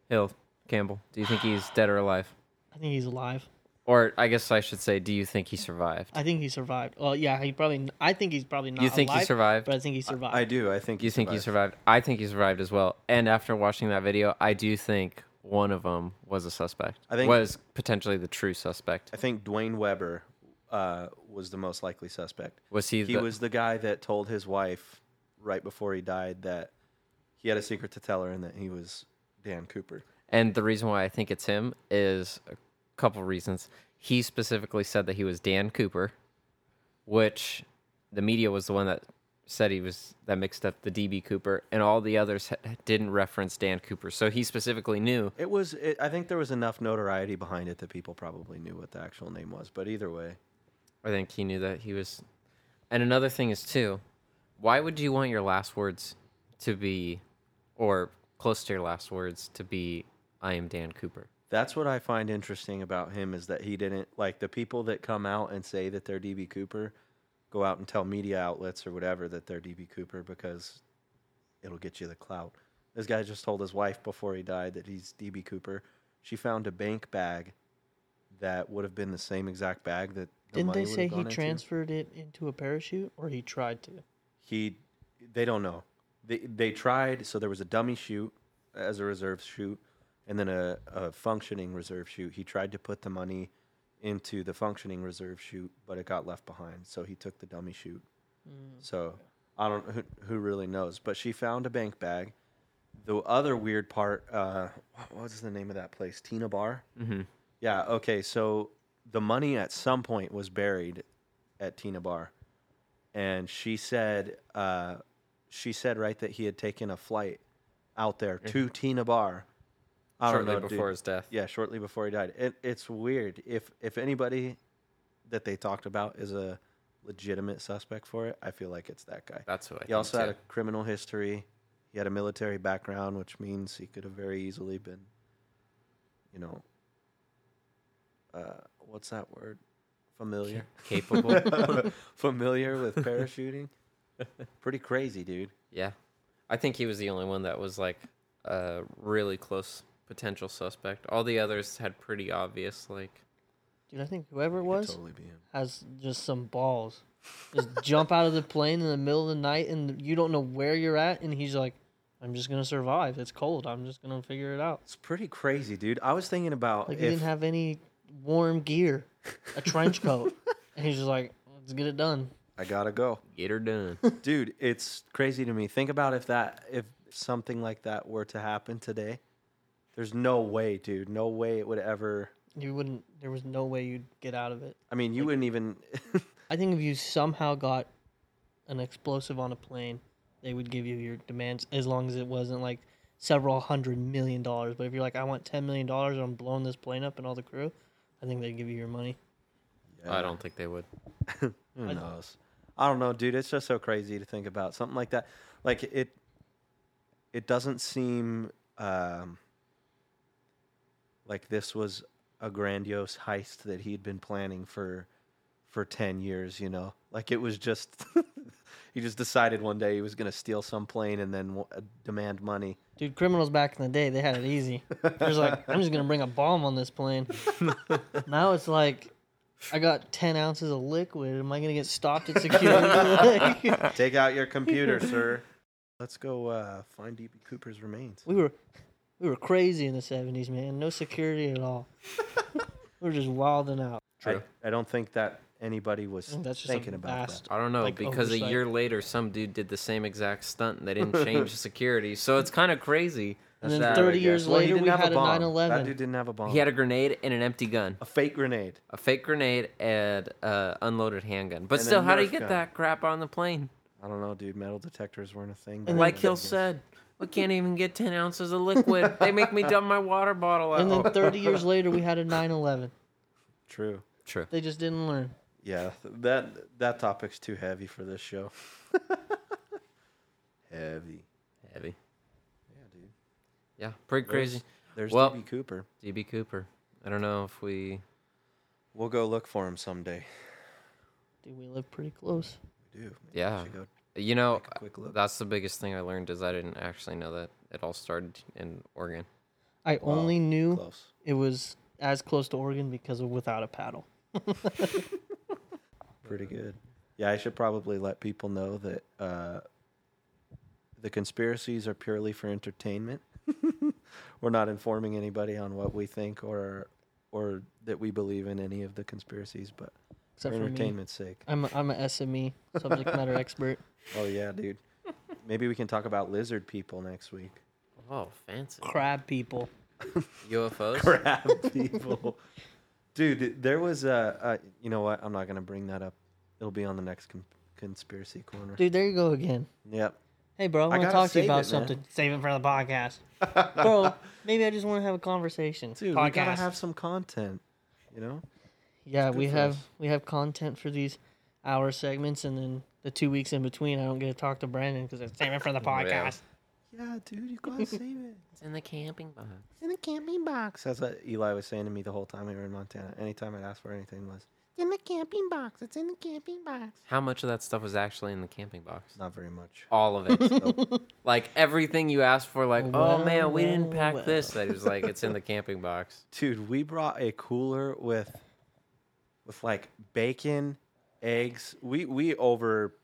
S3: Hill Campbell, do you think he's dead or alive?
S1: I think he's alive.
S3: Or I guess I should say, do you think he survived?
S1: I think he survived. Well, yeah, he probably. I think he's probably not.
S3: You think he
S1: alive,
S3: survived?
S1: But I think he survived.
S2: I do. I think
S3: You think he survived? I think he survived as well. And after watching that video, I do think one of them was a suspect.
S2: I think-
S3: was potentially the true suspect.
S2: I think Dwayne Weber uh, was the most likely suspect.
S3: Was he?
S2: He
S3: the,
S2: was the guy that told his wife right before he died that he had a secret to tell her and that he was Dan Cooper.
S3: And the reason why I think it's him is a couple reasons. He specifically said that he was Dan Cooper, which the media was the one that said he was that mixed up the DB Cooper, and all the others ha- didn't reference Dan Cooper. So he specifically knew
S2: It was. It, I think there was enough notoriety behind it that people probably knew what the actual name was. But either way,
S3: I think he knew that he was. And another thing is too, why would you want your last words to be, or close to your last words to be, "I am Dan Cooper"?
S2: that's what I find interesting about him is that he didn't like the people that come out and say that they're DB Cooper go out and tell media outlets or whatever that they're DB Cooper because it'll get you the clout. This guy just told his wife before he died that he's DB Cooper. She found a bank bag that would have been the same exact bag that the
S1: Didn't
S2: money
S1: they
S2: would have
S1: say
S2: gone
S1: he
S2: into.
S1: transferred it into a parachute or he tried to?
S2: he they don't know they they tried so there was a dummy shoot as a reserve shoot and then a, a functioning reserve shoot he tried to put the money into the functioning reserve shoot but it got left behind so he took the dummy shoot so i don't who, who really knows but she found a bank bag the other weird part uh what was the name of that place tina bar
S3: Mm-hmm.
S2: yeah. Okay. So the money at some point was buried at Tina Bar, and she said, uh, she said right that he had taken a flight out there to Tina Bar. I don't
S3: Mm-hmm. Shortly
S2: know, dude.
S3: before his death.
S2: Yeah, shortly before he died. It, it's weird. If if anybody that they talked about is a legitimate suspect for it, I feel like it's that guy.
S3: That's what I
S2: He
S3: think
S2: also had
S3: too.
S2: a criminal history. He had a military background, which means he could have very easily been, you know, uh, what's that word? Familiar.
S3: capable.
S2: Familiar with parachuting. Pretty crazy, dude.
S3: yeah, I think he was the only one that was like a really close potential suspect. All the others had pretty obvious like.
S1: Dude, I think whoever it was
S2: Totally be him.
S1: has just some balls. Just jump out of the plane in the middle of the night and you don't know where you're at. And he's like, I'm just going to survive. It's cold. I'm just going to figure it out.
S2: It's pretty crazy, dude. I was thinking about
S1: Like, he
S2: if
S1: didn't have any warm gear, a trench coat. and he's just like, let's get it done.
S2: I gotta go,
S3: Get her done.
S2: dude. It's crazy to me. Think about if that if something like that were to happen today. There's no way, dude. No way it would ever.
S1: You wouldn't, there was no way you'd get out of it.
S2: I mean, you wouldn't even.
S1: I think if you somehow got an explosive on a plane, they would give you your demands as long as it wasn't like several hundred million dollars. But if you're like, I want ten million dollars, I'm blowing this plane up and all the crew, I think they'd give you your money.
S3: I don't think they would.
S2: Who knows? I don't know, dude. It's just so crazy to think about something like that. Like it, it doesn't seem um, like this was a grandiose heist that he'd been planning for for ten years. You know, like it was just he just decided one day he was going to steal some plane and then w- uh, demand money.
S1: Dude, criminals back in the day, they had it easy. There's like, I'm just gonna bring a bomb on this plane. now it's like, I got ten ounces of liquid. Am I gonna get stopped at security? Like,
S2: Take out your computer, sir. Let's go uh, find DB Cooper's remains.
S1: we were, we were crazy in the '70s, man. No security at all. we were just wilding out.
S2: I-
S3: True.
S2: I, don't think that anybody was
S1: think that's just a
S2: thinking about that.
S1: vast
S3: I don't know
S1: like,
S3: because a year
S1: oversight.
S3: later, some dude did the same exact stunt and they didn't change security. So it's kind of crazy.
S1: And then
S3: that
S1: 30
S2: I
S1: years
S2: guess. Well, he
S1: later,
S2: didn't
S1: we
S2: have
S1: had a
S2: bomb.
S1: 9/11.
S2: That dude didn't have a bomb.
S3: He had a grenade and an empty gun,
S2: a fake grenade.
S3: a fake grenade and uh, unloaded handgun. But
S2: And a
S3: still, how do you
S2: Nerf
S3: get
S2: gun.
S3: that crap on the plane?
S2: I don't know, dude. Metal detectors weren't a thing. back
S1: then-
S3: Like
S2: then, I
S3: Hill
S2: guess.
S3: said, we can't even get 10 ounces of liquid. They make me dump my water bottle out.
S1: And then 30 years later, we had a 9/11.
S2: True.
S3: True.
S1: They just didn't learn.
S2: Yeah, th- that that topic's too heavy for this show. heavy.
S3: Heavy.
S2: Yeah, dude.
S3: Yeah, pretty crazy.
S2: There's
S3: Well-
S2: DB Cooper.
S3: DB Cooper. I don't know if we.
S2: We'll go look for him someday.
S1: Dude, we lived pretty close.
S2: We do. Maybe we
S3: Yeah.
S2: should go
S3: You know,
S2: take a quick look.
S3: that's the biggest thing I learned is I didn't actually know that it all started in Oregon.
S1: I only knew
S2: Close.
S1: it was as close to Oregon because of without a paddle.
S2: Pretty good. Yeah, I should probably let people know that uh, the conspiracies are purely for entertainment. We're not informing anybody on what we think or or that we believe in any of the conspiracies, but
S1: Except
S2: for
S1: for me.
S2: entertainment's sake.
S1: I'm a, I'm a SME, subject matter expert.
S2: Oh yeah, dude. Maybe we can talk about lizard people next week.
S3: Oh, fancy.
S1: Crab people.
S3: UFOs?
S2: Crab people. Dude, there was a, a. You know what? I'm not gonna bring that up. It'll be on the next con- conspiracy corner.
S1: Dude, there you go again.
S2: Yep.
S1: Hey, bro, I want to
S2: gotta
S1: talk to
S2: save
S1: you about
S2: it, man.
S1: something. Save it for the podcast. bro, maybe I just want to have a conversation.
S2: Dude, we gotta
S1: podcast.
S2: have some content. You know.
S1: yeah,
S2: good
S1: we
S2: for
S1: have
S2: us.
S1: we have content for these hour segments, and then the two weeks in between, I don't get to talk to Brandon because it's save it for the podcast.
S2: Yeah, dude, you gotta save it.
S3: It's in the camping box.
S2: in the camping box. That's what Eli was saying to me the whole time we were in Montana. Anytime I'd ask for anything was "It's in the camping box. It's in the camping box.
S3: How much of that stuff was actually in the camping box?
S2: Not very much.
S3: All of it. like everything you asked for, like,
S1: Well,
S3: oh man, we didn't
S1: well,
S3: pack
S1: well."
S3: this. That he was like, it's in the camping box.
S2: Dude, we brought a cooler with with like bacon, eggs. We we over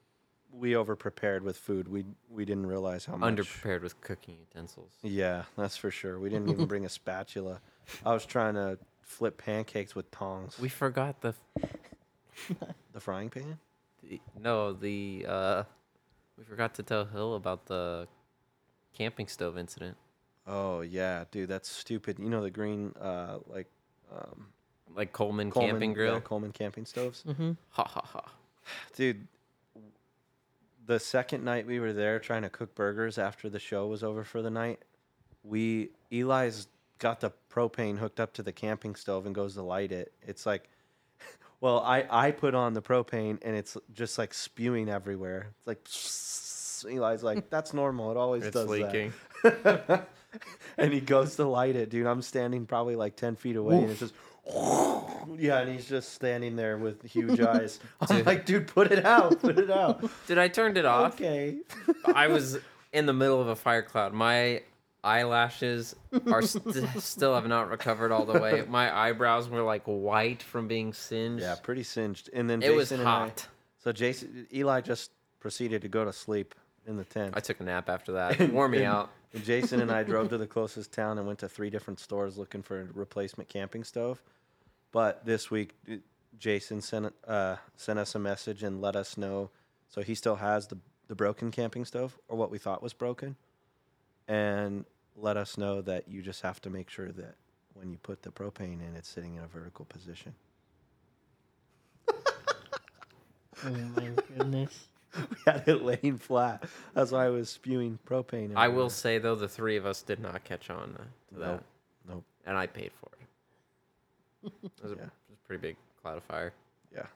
S2: we over prepared with food. We we didn't realize how much
S3: Underprepared with cooking utensils.
S2: Yeah, that's for sure. We didn't even bring a spatula. I was trying to flip pancakes with tongs.
S3: We forgot the,
S2: the frying pan?
S3: the no the uh, we forgot to tell Hill about the camping stove incident.
S2: Oh yeah, dude, that's stupid. You know the green uh like
S3: Like Coleman,
S2: Coleman,
S3: camping
S2: yeah,
S3: grill.
S2: Coleman camping stoves.
S3: Ha ha ha.
S2: Dude, the second night we were there trying to cook burgers after the show was over for the night, we Eli's got the propane hooked up to the camping stove and goes to light it. It's like well, I I put on the propane and it's just like spewing everywhere. It's like Eli's like that's normal. It always does that. and he goes to light it, dude. I'm standing probably like ten feet away, and it's just, yeah, and he's just standing there with huge eyes. I'm
S3: Dude.
S2: like, dude, put it out, put it out.
S3: Did I turned it off?
S2: okay.
S3: I was in the middle of a fire cloud. My eyelashes are st- still have not recovered all the way. My eyebrows were like white from being singed.
S2: Yeah, pretty singed. And then
S3: It was
S2: Jason and I-
S3: hot.
S2: so Jason, Eli just proceeded to go to sleep in the tent.
S3: I took a nap after that. It wore me
S2: And-
S3: out.
S2: and Jason and I drove to the closest town and went to three different stores looking for a replacement camping stove. But this week, uh, Jason sent uh, sent us a message and let us know. So he still has the the broken camping stove, or what we thought was broken, and let us know that you just have to make sure that when you put the propane in, it's sitting in a vertical position.
S1: Oh my goodness.
S2: We had it laying flat. That's why I was spewing propane.
S3: I will
S2: everywhere.
S3: say though, the three of us did not catch on to that,
S2: Nope. Nope.
S3: and I paid for it. It was, a,
S2: Yeah.
S3: it was a pretty big cloud of fire.
S2: Yeah.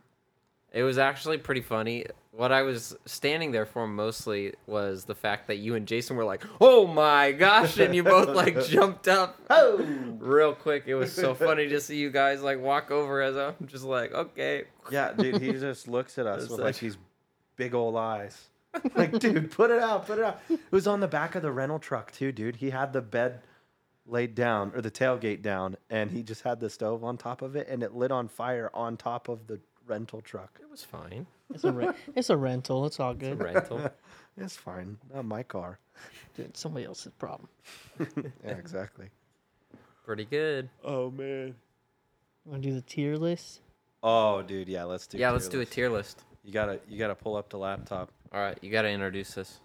S3: It was actually pretty funny. What I was standing there for mostly was the fact that you and Jason were like, "Oh my gosh!" and you both like jumped up
S2: Oh.
S3: real quick. It was so funny to see you guys like walk over as I'm just like, "Okay."
S2: Yeah, dude, he just looks at us
S3: It's
S2: with
S3: like-
S2: like these big old eyes. Like, dude, put it out, put it out. It was on the back of the rental truck too, dude. He had the bed laid down or the tailgate down, and he just had the stove on top of it, and it lit on fire on top of the rental truck.
S3: It was fine.
S1: It's a, re- it's a rental. It's all good.
S3: Rental.
S2: It's fine, not my car.
S1: Dude, it's somebody else's problem.
S2: Yeah, exactly.
S3: Pretty good.
S2: Oh man.
S1: Want to do the tier list?
S2: Oh, dude, yeah, let's do.
S3: Yeah, let's do a
S2: list.
S3: tier list.
S2: You gotta, you gotta pull up the laptop.
S3: All right, you got to introduce us.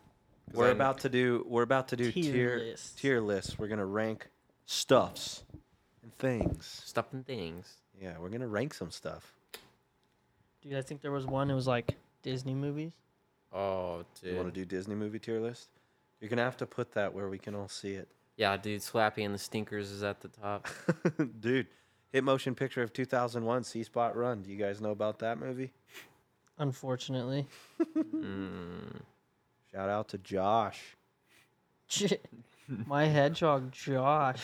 S3: 'Cause
S2: We're
S3: I-
S2: about to do. We're about to do
S1: Tier
S2: tier
S1: lists.
S2: tier lists. We're gonna rank stuffs and things.
S3: stuff and things.
S2: Yeah, we're gonna rank some stuff.
S1: Dude, I think there was one. It was like Disney movies.
S3: Oh,
S2: You want
S3: dude.
S2: to do Disney movie tier list? You're gonna have to put that where we can all see it,
S3: Yeah, dude. Slappy and the Stinkers is at the top.
S2: dude. Hit motion picture of 2001, C Spot Run. Do you guys know about that movie?
S1: Unfortunately,
S2: Shout out to Josh.
S1: my hedgehog Josh.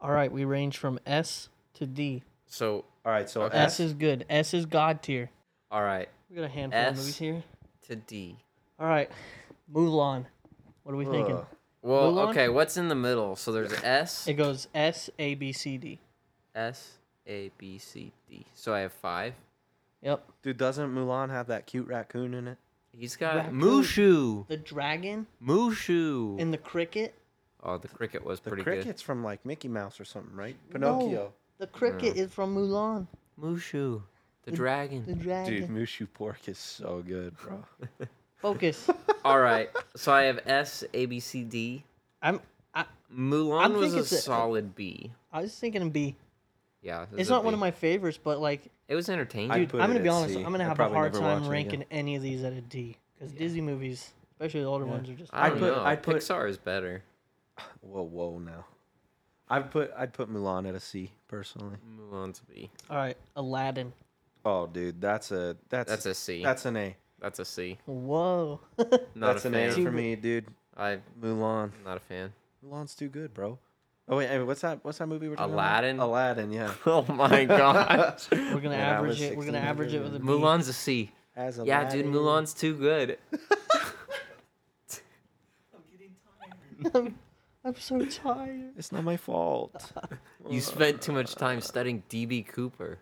S1: all right, we range from S to D.
S3: So,
S2: All right, so
S3: Okay.
S1: S,
S2: S,
S1: is good. S is god tier.
S3: all right,
S1: We got a handful of
S3: S.
S1: movies here.
S3: to D.
S1: All right, Mulan. What are we thinking?
S2: Ugh.
S3: Well,
S1: Mulan?
S3: okay, what's in the middle? So there's S,
S1: It goes S A B C D.
S3: S, A, B, C, D. So I have five.
S1: Yep.
S2: dude, doesn't Mulan have that cute raccoon in it?
S3: He's got
S1: Raccoon.
S3: Mushu.
S1: The dragon
S3: Mushu.
S1: and the cricket.
S3: oh, the cricket was
S2: The
S3: pretty
S2: cricket's from like Mickey Mouse or something, right?
S1: No,
S2: Pinocchio.
S1: the cricket is from Mulan.
S3: good. Mushu. The
S1: The
S3: dragon.
S1: dragon.
S2: Dude, Mushu Pork is so good, bro.
S1: Focus.
S3: All right. So I have S, A, B, C, D.
S1: I'm. I, I
S3: Mulan
S1: think
S3: was a
S1: it's a-
S3: solid B.
S1: I was thinking it'd be.
S3: Yeah,
S1: It's not one of my favorites, but like,
S3: It was entertaining.
S2: I'd
S1: dude,
S2: put
S1: I'm
S2: it
S1: gonna be
S2: at
S1: honest.
S2: C.
S1: i I'm gonna
S2: I'd
S1: have a
S2: probably
S1: hard
S2: never watch
S1: time
S2: it
S1: ranking
S2: again.
S1: any of these at a D because Disney movies, especially the older ones, are just.
S3: I don't
S2: I'd put-
S3: know.
S2: I'd put-
S3: Pixar is better.
S2: Whoa, whoa, now. I'd put I'd put Mulan at a C personally.
S3: Mulan's a B.
S1: All right, Aladdin.
S2: Oh, dude, that's a that's
S3: That's a C.
S2: That's an A.
S3: That's a C.
S1: Whoa.
S3: Not
S2: that's
S3: a
S2: an
S3: fan.
S2: A for me, dude.
S3: I'm
S2: Mulan.
S3: not a fan.
S2: Mulan's too good, bro. Oh wait, hey, what's that? What's that movie we're talking
S3: Aladdin?
S2: about? Aladdin. Aladdin, yeah.
S3: Oh my god.
S1: We're gonna
S2: Man, I
S1: average
S2: was
S1: it. We're gonna
S2: 1600
S1: average it with a B.
S3: Mulan's a C.
S2: As a
S3: Yeah, dude, Mulan's too good.
S1: I'm, I'm so tired.
S2: It's not my fault.
S3: You spent too much time studying DB Cooper.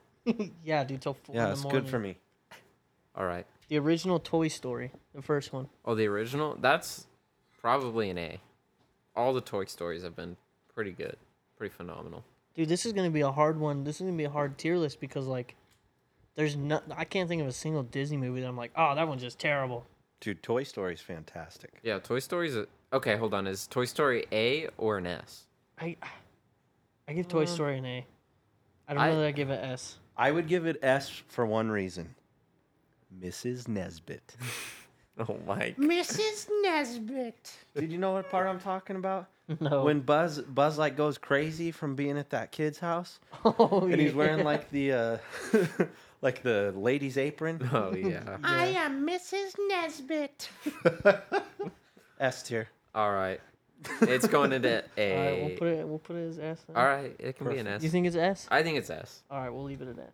S1: yeah, dude, till four in
S2: yeah,
S1: the
S2: it's
S1: morning.
S2: good for me.
S3: All right.
S1: The original Toy Story, the first one.
S3: Oh, the original? That's probably an A. All the Toy Stories have been pretty good, pretty phenomenal.
S1: Dude, this is gonna be a hard one. This is gonna be a hard tier list because like, there's no. I can't think of a single Disney movie that I'm like, oh, that one's just terrible.
S2: Dude, Toy Story's fantastic.
S3: Yeah, Toy Story's a. Okay, hold on. Is Toy Story A or an S?
S1: I, I give Toy Story an A. I don't
S3: I-
S1: know that I give it S.
S2: I would give it S for one reason. Mrs. Nesbit.
S3: Oh my.
S2: Mrs. Nesbit. Did you know what part I'm talking about?
S3: Oh.
S1: No.
S2: When Buzz Buzz like goes crazy from being at that kid's house,
S1: oh,
S2: and he's
S1: yeah.
S2: wearing like the uh, like the lady's apron.
S3: Oh yeah.
S5: I am Mrs. Nesbit.
S2: S tier.
S3: All right. It's going into A.
S1: All right, we'll put it. We'll put it as S. then.
S3: All right, it can be an S.
S1: You think it's S?
S3: I think it's S.
S1: All right, we'll leave it at S.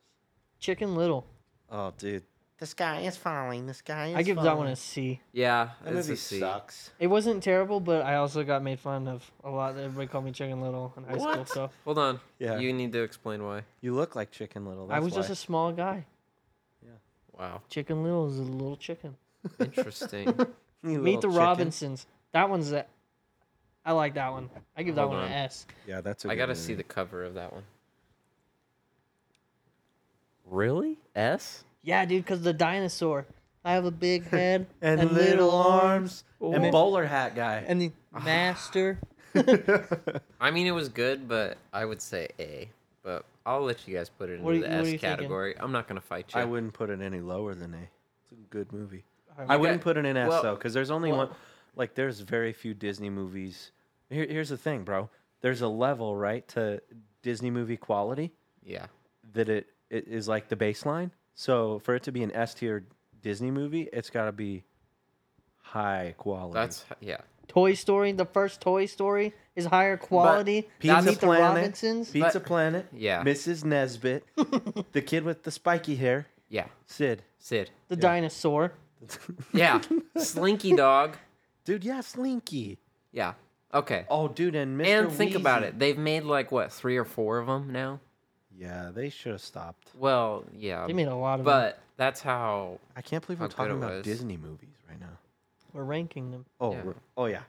S1: Chicken Little.
S2: Oh, dude,
S5: The sky is falling. The sky is
S1: I give that one a C.
S3: Yeah,
S2: that
S3: it's
S2: movie
S3: a C.
S2: sucks.
S1: It wasn't terrible, but I also got made fun of a lot. Everybody called me Chicken Little in high school,
S2: What?
S1: so
S3: Hold on.
S2: Yeah.
S3: You need to explain why.
S2: You look like Chicken Little.
S1: I was just a small guy.
S3: Wow.
S1: Chicken Little is a little chicken.
S3: Interesting.
S2: a you
S1: Meet the
S2: little chicken.
S1: Robinsons. That one's a. I like that one. I give that
S3: Hold
S1: one
S3: on.
S1: an S.
S2: Yeah, that's. I
S3: I gotta see the cover of that one. Really? S?
S1: Yeah, dude, because the dinosaur. I have a big head
S2: and, little arms Ah. and bowler hat guy.
S1: and the master.
S3: I mean, it was good, but I would say A. But I'll let you guys put it
S1: What
S3: into
S1: are
S3: the
S1: you- what are you
S3: S
S1: thinking?
S3: category. I'm not gonna fight you.
S2: I wouldn't put it any lower than A. It's a good movie.
S1: Alright,
S2: I
S1: we
S2: wouldn't
S3: got-
S2: put it in S
S3: well-
S2: though, because there's only
S3: well-
S2: one. Like, there's very few Disney movies. Here, here's the thing, bro. There's a level, right, to Disney movie quality.
S3: Yeah.
S2: that it, it is like the baseline. So for it to be an S tier Disney movie, it's got to be high quality.
S3: That's yeah.
S1: Toy Story, the first Toy Story is higher quality.
S2: Pizza
S1: Meet the
S2: Planet.
S1: Robinsons.
S2: Pizza
S3: but-
S2: Planet.
S3: yeah.
S2: Mrs. Nesbit. the kid with the spiky hair.
S3: Yeah.
S2: Sid.
S3: Sid.
S1: The dinosaur.
S3: Yeah. Slinky dog.
S2: dude, yeah, Slinky.
S3: Yeah. Okay.
S2: Oh, dude, and Mr.
S3: and think about
S2: Wheezy.
S3: it. They've made like what three or four of them now.
S2: Yeah, they should have stopped.
S3: Well, yeah.
S1: They made a lot of them.
S3: but that's how.
S2: I can't believe
S3: How
S2: we're
S3: good
S2: talking
S3: it
S2: about
S3: was.
S2: Disney movies right now.
S1: We're ranking them.
S2: Oh,
S3: Yeah.
S2: we're- oh yeah.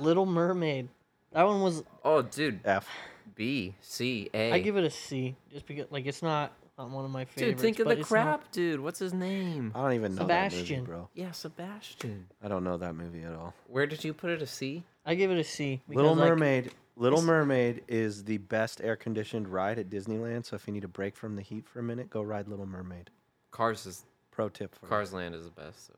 S1: Little Mermaid. That one was.
S3: Oh, dude.
S2: F.
S3: B C A.
S1: I give it a C, just because like it's not not one of my
S3: Dude,
S1: favorites.
S3: think of
S1: but
S3: the
S1: it's not- Uh,
S3: crap, dude. What's his name?
S2: I don't even know that
S1: Sebastian.
S2: movie, bro.
S3: Yeah, Sebastian.
S2: I don't know that movie at all.
S3: Where did you put it? A C?
S1: I give it a C. because,
S2: Little
S1: like,
S2: Mermaid. Little Mermaid is the best air conditioned ride at Disneyland. So if you need a break from the heat for a minute, go ride Little Mermaid.
S3: Cars is
S2: Pro tip for
S3: Cars Land is the best. So.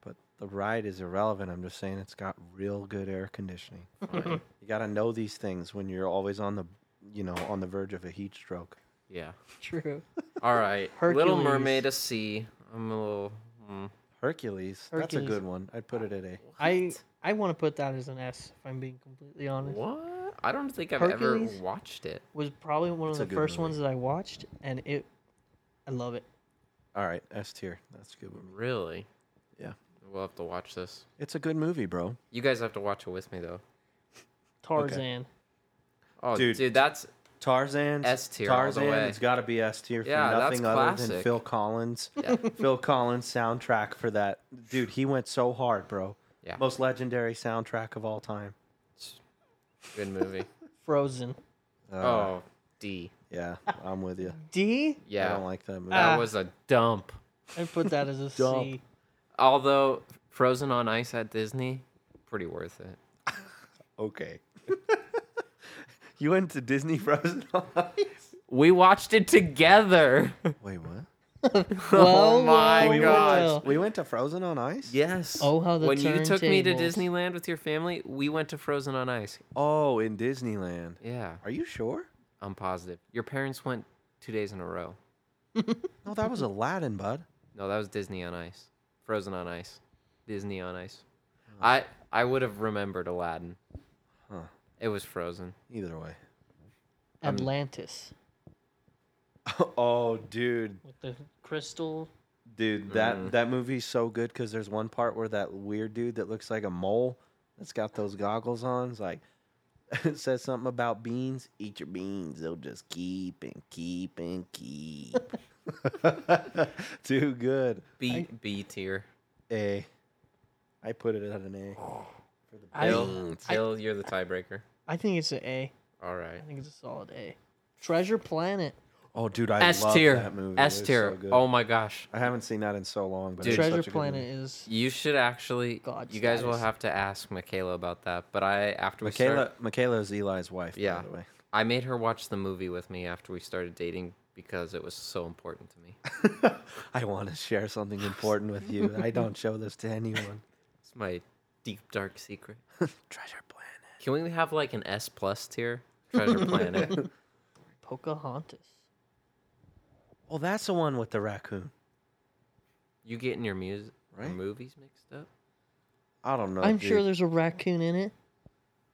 S2: But the ride is irrelevant. I'm just saying it's got real good air conditioning.
S3: Fine.
S2: you got to know these things when you're always on the, you know, on the verge of a heat stroke.
S3: yeah.
S1: True.
S3: All right. Little
S1: Hercules.
S3: Mermaid a C. I'm a little. mm.
S2: Hercules. That's a
S1: Hercules.
S2: good one. I'd put it at A.
S1: I I want to put that as an S. If I'm being completely honest,
S3: What? I don't think I've
S1: Hercules?
S3: ever watched it.
S1: was probably one
S2: It's a
S1: of the
S2: good
S1: first
S2: movie.
S1: ones that I watched, and it, I love it.
S2: All right, S tier. That's good with me.
S3: Really?
S2: Yeah.
S3: We'll have to watch this.
S2: It's a good movie, bro.
S3: You guys have to watch it with me though.
S1: Tarzan.
S3: Oh, dude,
S2: Dude.
S3: that's
S2: Tarzan's
S3: S tier all the
S2: Tarzan,
S3: way.
S2: it's got to be S tier for
S3: Yeah, that's
S2: nothing other than
S3: classic.
S2: Phil Collins. Phil Collins soundtrack for that dude. He went so hard, bro.
S3: Yeah.
S2: Most legendary soundtrack of all time.
S3: good movie.
S1: Frozen.
S2: Uh,
S3: oh, D.
S2: yeah, I'm with you.
S1: D.
S3: Yeah. Uh,
S2: I don't like that movie.
S3: that
S1: Ah.
S3: was a dump.
S1: I put that as a C.
S2: Dump.
S3: Although Frozen on Ice at Disney, pretty worth it.
S2: Okay. you went to Disney Frozen Eyes?
S3: We watched it together.
S2: Wait, what?
S1: Well,
S3: oh my
S1: well, well.
S3: gosh.
S2: We went to Frozen on Ice?
S3: Yes.
S1: Oh, how the
S3: When you took me to
S1: turntables.
S3: Disneyland with your family, we went to Frozen on Ice.
S2: Oh, in Disneyland.
S3: Yeah,
S2: Are you sure?
S3: I'm positive. Your parents went two days in a row.
S2: No, that was Aladdin, bud.
S3: No, that was Disney on Ice. Frozen on Ice. Disney on Ice. I I would have remembered Aladdin.
S2: Huh.
S3: It was Frozen.
S2: Either way.
S1: Atlantis
S2: oh, dude.
S1: with the crystal.
S2: Dude, that, that movie's so good because there's one part where that weird dude that looks like a mole that's got those goggles on is like, it says something about beans. Eat your beans. They'll just keep and keep and keep. Too good.
S3: B B tier.
S2: A. I put it at an A.
S1: I,
S3: Hill, Hill, you're the tiebreaker.
S1: I think it's an A.
S3: All right.
S1: I think it's a solid A. Treasure Planet.
S2: Oh, dude, I
S3: S
S2: love
S3: tier.
S2: that movie. It
S3: S
S2: was
S3: tier.
S2: so good.
S3: oh my gosh.
S2: I haven't seen that in so long, but
S3: Dude.
S2: it's
S1: Treasure
S2: such a good movie.
S1: Planet is
S3: You should actually.
S1: God
S3: you guys will
S1: status.
S3: have to ask Michaela about that. But I after we
S2: Michaela,
S3: start,
S2: Michaela is Eli's wife.
S3: Yeah.
S2: By the way.
S3: I made her watch the movie with me after we started dating because it was so important to me.
S2: I want to share something important with you. I don't show this to anyone.
S3: It's my deep dark secret.
S2: Treasure Planet.
S3: Can we have like an S plus tier? Treasure Planet.
S1: Pocahontas.
S2: Oh, that's the one with the raccoon.
S3: You getting your music, your
S2: Right.
S3: movies mixed up?
S2: I don't know.
S1: I'm sure
S2: dude.
S1: there's a raccoon in it.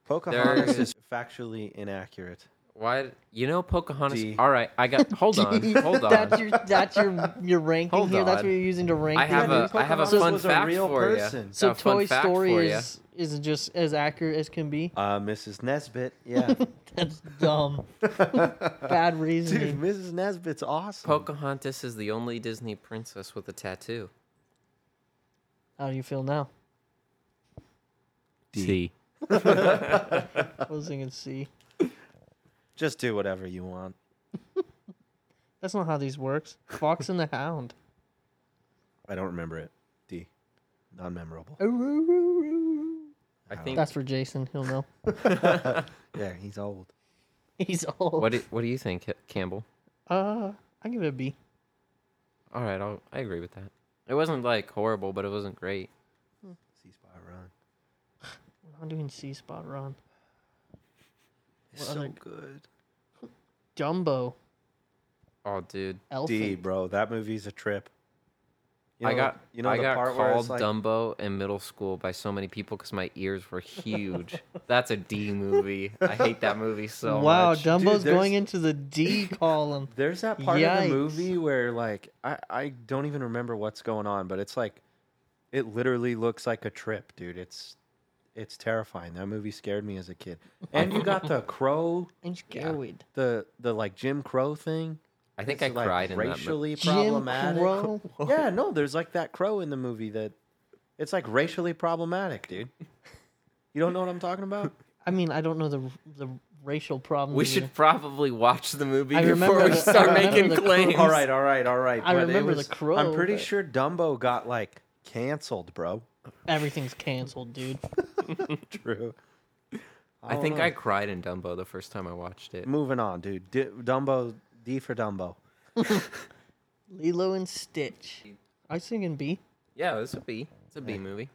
S2: Pocahontas
S3: There-
S2: is factually inaccurate.
S3: Why? d- You know Pocahontas.
S2: D.
S3: All right, I got. Hold on, hold
S1: that's
S3: on.
S1: your that's your your ranking
S3: Hold
S1: here. That's
S3: on.
S1: what you're using to rank.
S3: I have
S1: these
S3: a
S1: movies?
S3: I have a
S2: Pocahontas
S3: fun
S2: was a
S3: fact
S2: real
S3: for ya.
S2: person.
S1: so
S3: Got a fun
S1: Toy
S3: fact
S1: Story
S3: for ya.
S1: is is just as accurate as can be.
S2: Uh, Mrs. Nesbit. Yeah.
S1: That's dumb. Bad reasoning.
S2: Dude, Mrs. Nesbit's awesome.
S3: Pocahontas is the only Disney princess with a tattoo.
S1: How do you feel now?
S2: D.
S1: Closing and C.
S2: Just do whatever you want.
S1: That's not how these works. Fox and the Hound.
S2: I don't remember it. D. Non memorable.
S3: I think.
S1: That's for Jason. He'll know.
S2: Yeah, he's old.
S1: He's old.
S3: What do, What do you think, Ca- Campbell?
S1: Uh, I give it a B.
S3: All right, I'll, I agree with that. It wasn't like horrible, but it wasn't great.
S2: C spot run.
S1: We're not doing C spot run.
S2: It's
S1: What
S2: so
S1: other-
S2: good.
S1: Dumbo.
S3: Oh, dude,
S1: Elephant.
S2: D, bro, that movie's a trip. You
S3: I
S2: know-
S3: got
S2: you know
S3: I
S2: the
S3: got
S2: part where
S3: called
S2: it's like,
S3: Dumbo in middle school by so many people because my ears were huge. That's a D movie. I hate that movie so
S1: wow,
S3: much.
S1: Dumbo's
S2: there's-
S1: going into the D column.
S2: There's that part of
S1: Yikes.
S2: the movie where like I, I don't even remember what's going on, but it's like it literally looks like a trip, dude. It's it's terrifying. That movie scared me as a kid. And you got the crow,
S1: And scared.
S2: the the like Jim Crow thing.
S3: I think I
S2: It's, like,
S3: cried in that movie.
S2: racially
S1: Jim
S2: problematic.
S1: Crow.
S2: Yeah, no, there's like that crow in the movie that it's like racially problematic, dude. You don't know what I'm talking about?
S1: I mean, I don't know the the racial problem.
S3: We should probably watch the movie
S1: I
S3: before
S1: remember
S3: we
S1: the- I
S3: start
S1: remember
S3: making
S1: the cr-
S3: claims.
S2: all right, all right, all right.
S1: I
S2: but it
S1: remember The
S2: was-
S1: Crow,
S2: I'm pretty
S1: but-
S2: sure Dumbo got like canceled, bro.
S1: Everything's canceled, dude.
S2: True.
S3: I think
S2: don't
S3: I
S2: know.
S3: cried in Dumbo the first time I watched it.
S2: moving on, dude. D- Dumbo D for Dumbo.
S1: Lilo and Stitch. I was thinking B.
S3: Yeah, it's a B. It's a B movie.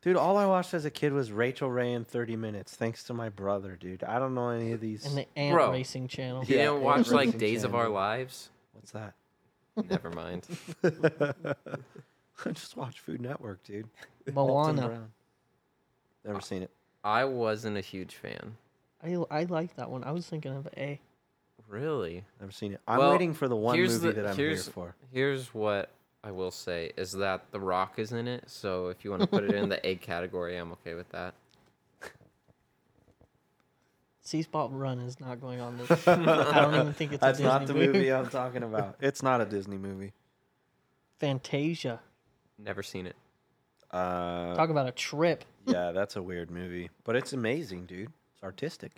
S2: Dude, all I watched as a kid was Rachel Ray in 30 Minutes, thanks to my brother, dude. I don't know any of these.
S1: And the Ant
S3: Bro.
S1: Racing Channel.
S3: You
S2: Yeah,
S3: didn't
S2: it
S3: watch
S2: was
S3: like
S2: Raising
S3: Days of Our
S2: Shannon.
S3: Lives?
S2: What's that?
S3: Never mind.
S2: I just watched Food Network, dude. Alton
S1: Moana.
S2: Brown. Never seen it.
S3: I wasn't a huge fan.
S1: I I like that one. I was thinking of A.
S3: Really?
S2: Never seen it. I'm
S3: Well,
S2: waiting for the one
S3: here's
S2: movie
S3: the-
S2: that I'm here
S3: here's-
S2: for.
S3: Here's what I will say is that The Rock is in it, so if you want to put it in the A category, I'm okay with that.
S1: C spot run is not going on this. I don't even think it's a
S2: That's
S1: Disney
S2: not the movie I'm talking about. It's not a Disney movie.
S1: Fantasia.
S3: Never seen it.
S2: Uh,
S1: Talk about a trip.
S2: yeah, that's a weird movie, but it's amazing, dude. It's artistic.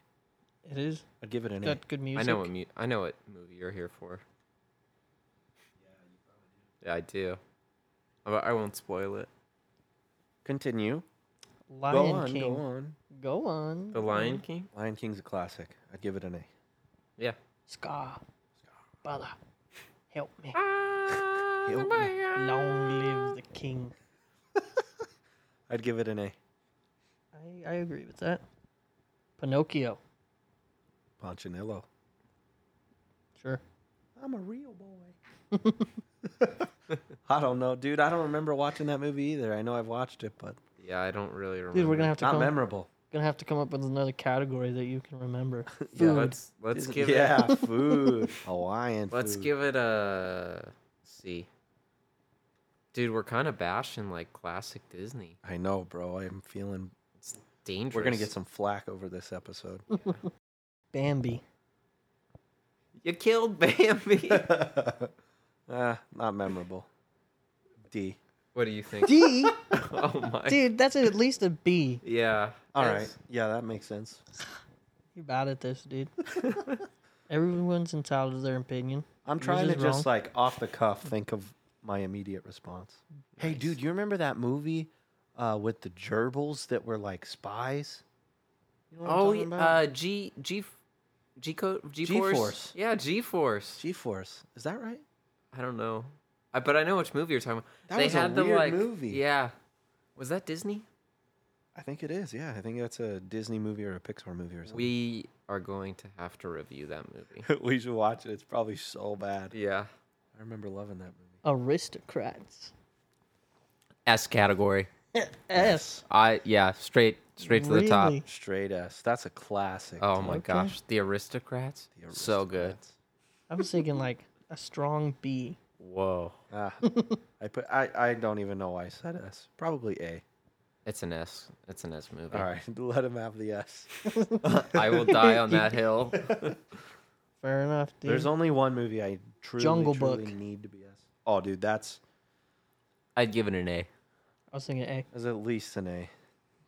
S1: It is.
S2: I'd give it an A.
S1: Got good music.
S3: I know what mu- I know what movie you're here for. Yeah, I do. I I won't spoil it.
S2: Continue.
S1: Lion
S2: go on,
S1: King.
S2: go on.
S1: Go on.
S3: The Lion King.
S2: Lion King's a classic. I'd give it an A.
S3: Yeah.
S1: Scar. Brother. Help me.
S2: Ah. Help me.
S1: Long live the king.
S2: I'd give it an A.
S1: I, I agree with that. Pinocchio.
S2: Ponchinello.
S1: Sure.
S2: I'm a real boy. I don't know, dude. I don't remember watching that movie either. I know I've watched it, but
S3: Yeah, I don't really remember.
S1: Dude, we're gonna have to
S2: not
S1: come,
S2: memorable.
S1: gonna have to come up with another category that you can remember.
S3: Yeah,
S1: Food.
S3: let's let's give it.
S2: yeah, food. Hawaiian
S3: Let's
S2: food.
S3: give it a C. Dude, we're kind of bashing like classic Disney.
S2: I know, bro. I'm feeling
S3: Dangerous.
S2: we're gonna get some flack over this episode.
S1: Bambi.
S3: You killed Bambi.
S2: uh, not memorable. D.
S3: what do you think?
S1: D.
S3: oh my.
S1: Dude, that's at least a B.
S3: Yeah.
S2: All right.
S3: that's-
S2: Yeah, that makes sense.
S1: You're bad at this, dude. Everyone's entitled to their opinion.
S2: I'm trying to
S1: just
S2: just like off the cuff think of my immediate response. Hey, dude, you remember that movie uh, with the gerbils that were like spies? You know what I'm
S3: Oh,
S2: talking
S3: yeah,
S2: about?
S3: uh, G G G co G
S2: G-force.
S3: force. Yeah, G force.
S2: G-force. Is that right?
S3: I don't know, I, but I know which movie you're talking about.
S2: That
S3: they
S2: was a
S3: had the
S2: weird
S3: like
S2: movie.
S3: Yeah, was that Disney?
S2: I think it is. Yeah, I think that's a Disney movie or a Pixar movie or something.
S3: We are going to have to review that movie.
S2: We, we should watch it. It's probably so bad.
S3: yeah,
S2: I remember loving that movie.
S1: Aristocrats.
S3: S category.
S1: S.
S3: I yeah, straight straight to the top.
S1: Really?
S2: Straight S. That's a classic.
S3: Oh
S2: dude.
S3: my
S1: Okay.
S3: gosh, the aristocrats.
S2: The
S3: So good.
S2: Aristocrats.
S1: I was thinking like a strong B.
S3: Whoa,
S2: Ah, I put. I, I don't even know why I said S. Probably A.
S3: it's an S. It's an S movie.
S2: All right, let him have the S.
S3: I will die on that hill.
S1: Fair enough, dude.
S2: There's only one movie I truly,
S1: Jungle
S2: truly
S1: Book.
S2: need to be S. Oh, dude, that's
S3: I'd give it an A.
S1: I was thinking A.
S2: that's at least an A.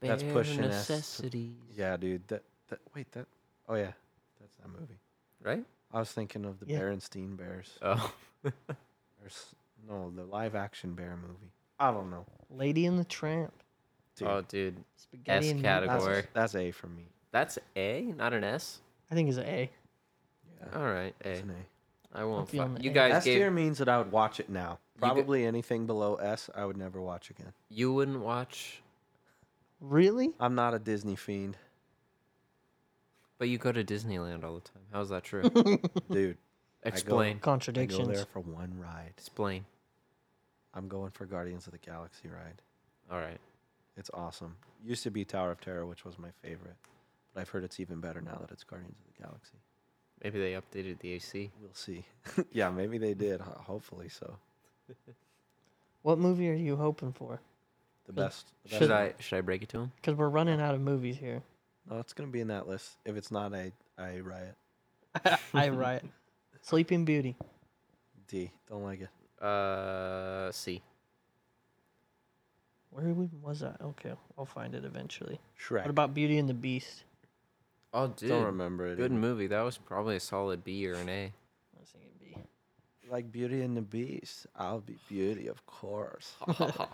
S2: That's
S3: Bare
S2: pushing S.
S3: necessities.
S2: Yeah, dude. That, that wait that. Oh yeah, that's that movie.
S3: Right?
S2: I was thinking of the
S1: Yeah.
S2: Berenstein Bears.
S3: Oh.
S2: There's no the live action bear movie. I don't know.
S1: Lady and the Tramp.
S2: Dude,
S3: Oh, dude.
S1: Spaghetti
S3: S
S1: and
S3: category.
S2: that's,
S3: Gore.
S2: that's A for me.
S3: That's A, not an S.
S1: I think it's an A.
S3: All right,
S2: It's
S3: A.
S2: an A.
S3: I won't.
S1: feeling
S3: Fuck.
S1: the
S3: You
S1: A.
S3: guys
S2: S tier
S3: gave.
S2: means that I would watch it now.
S3: g-
S2: Probably anything below S, I would never watch again.
S3: You wouldn't watch,
S1: Really?
S2: I'm not a Disney fiend,
S3: but you go to Disneyland all the time. How's that true?
S2: dude.
S3: Explain.
S2: I go
S1: Contradictions.
S2: there for one ride.
S3: Explain.
S2: I'm going for Guardians of the Galaxy ride.
S3: All right.
S2: It's awesome. Used to be Tower of Terror, which was my favorite, but I've heard it's even better now that it's Guardians of the Galaxy.
S3: Maybe they updated the AC.
S2: We'll see. yeah, maybe they did. ho- Hopefully so.
S1: What movie are you hoping for?
S2: The best. The best
S3: Should
S2: one.
S3: I should I break it to him?
S1: Because we're running out of movies here.
S2: No, it's gonna be in that list. If it's not, I I riot.
S1: I riot. Sleeping Beauty.
S2: D. Don't like it.
S3: Uh, C.
S1: Where we- was I? Okay, I'll find it eventually.
S2: Shrek.
S1: What about Beauty and the Beast?
S3: Oh, dude.
S2: Don't remember it.
S3: Good
S2: either.
S3: movie. That was probably a solid B or an A.
S1: I was thinking B.
S2: Like Beauty and the Beast. I'll be Beauty, of course.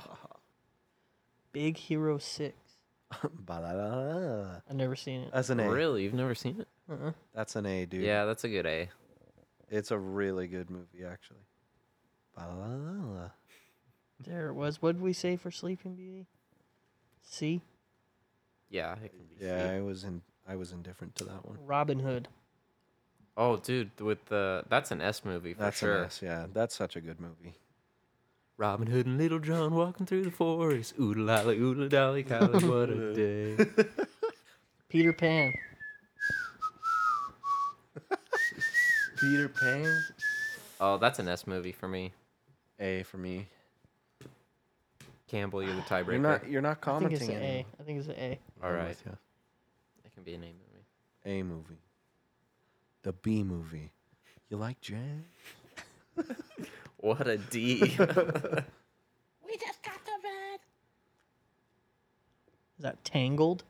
S1: Big Hero 6.
S2: Ba-da-da-da.
S1: I've never seen it.
S2: That's an A.
S3: Really? You've never seen it?
S1: Uh-uh.
S2: That's an A, dude.
S3: Yeah, that's a good A.
S2: It's a really good movie, actually. Ba-da-da-da-da.
S1: There it was. What did we say for Sleeping Beauty? C.
S3: Yeah, it can be C.
S2: Yeah, I was in. I was indifferent to that one.
S1: Robin Hood.
S3: Oh, dude, with the that's an S movie for
S2: That's
S3: sure.
S2: an S. Yeah, that's such a good movie.
S3: Robin Hood and Little John walking through the forest. Oodle lolly, oodle dolly, collie, what a day.
S1: Peter Pan.
S2: Peter Pan.
S3: Oh, that's an S movie for me.
S2: A for me.
S3: Campbell, you're the
S2: You're
S3: tiebreaker.
S2: not. You're not
S1: I think it's
S2: commenting.
S1: an A.
S2: anymore.
S1: I think it's an A.
S3: All
S2: I'm
S3: right,
S2: with ya.
S3: it can be an A movie.
S2: A movie. The B movie. You like jazz?
S3: What a D.
S5: We just got to bed.
S1: Is that Tangled?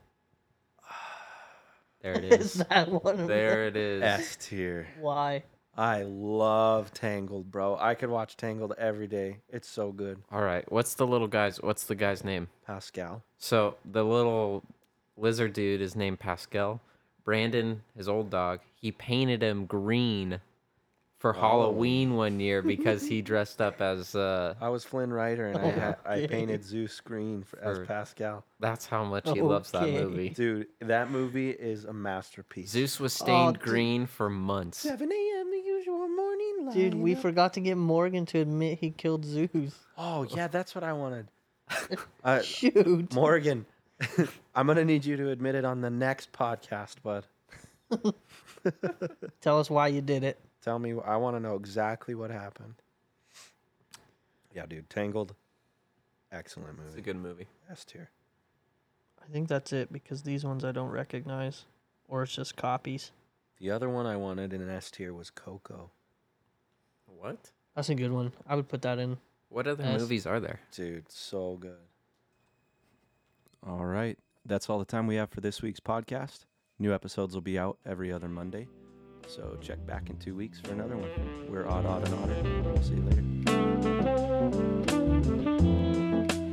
S3: there it
S1: Is
S3: is.
S1: that one of them?
S3: There it is.
S2: S tier.
S1: Why?
S2: I love Tangled, bro. I could watch Tangled every day. It's so good.
S3: All right, what's the little guy's? What's the guy's name?
S2: Pascal.
S3: So the little lizard dude is named Pascal. Brandon, his old dog, he painted him green
S2: Oh.
S3: for Halloween one year because he dressed up as. Uh,
S2: I was Flynn Rider, and I, had, I
S1: Oh, Okay.
S2: painted Zeus green for, as
S3: For-
S2: Pascal.
S3: that's how much he loves that
S1: Okay.
S3: movie.
S2: Dude, that movie is a masterpiece.
S3: Zeus was stained
S1: dude.
S3: green for months.
S2: 7 a.m. the usual morning light.
S1: Dude, we
S2: up.
S1: forgot to get Morgan to admit he killed Zeus.
S2: Oh yeah, that's what I wanted. uh,
S1: Shoot.
S2: Morgan, I'm gonna need you to admit it on the next podcast, bud.
S1: Tell us why you did it.
S2: Tell me, I want to know exactly what happened. Yeah, dude, Tangled, excellent
S3: It's a
S2: movie.
S3: good movie.
S2: Best tier.
S1: I think that's it because these ones I don't recognize, or it's just copies.
S2: The other one I wanted in an S tier was Coco.
S3: What?
S1: That's a good one. I would put that in.
S3: What other
S1: Yes.
S3: movies are there?
S2: Dude, so good. All right. That's all the time we have for this week's podcast. New episodes will be out every other Monday. So check back in two weeks for another one. We're Odd, Odd, and Otter. We'll see you later.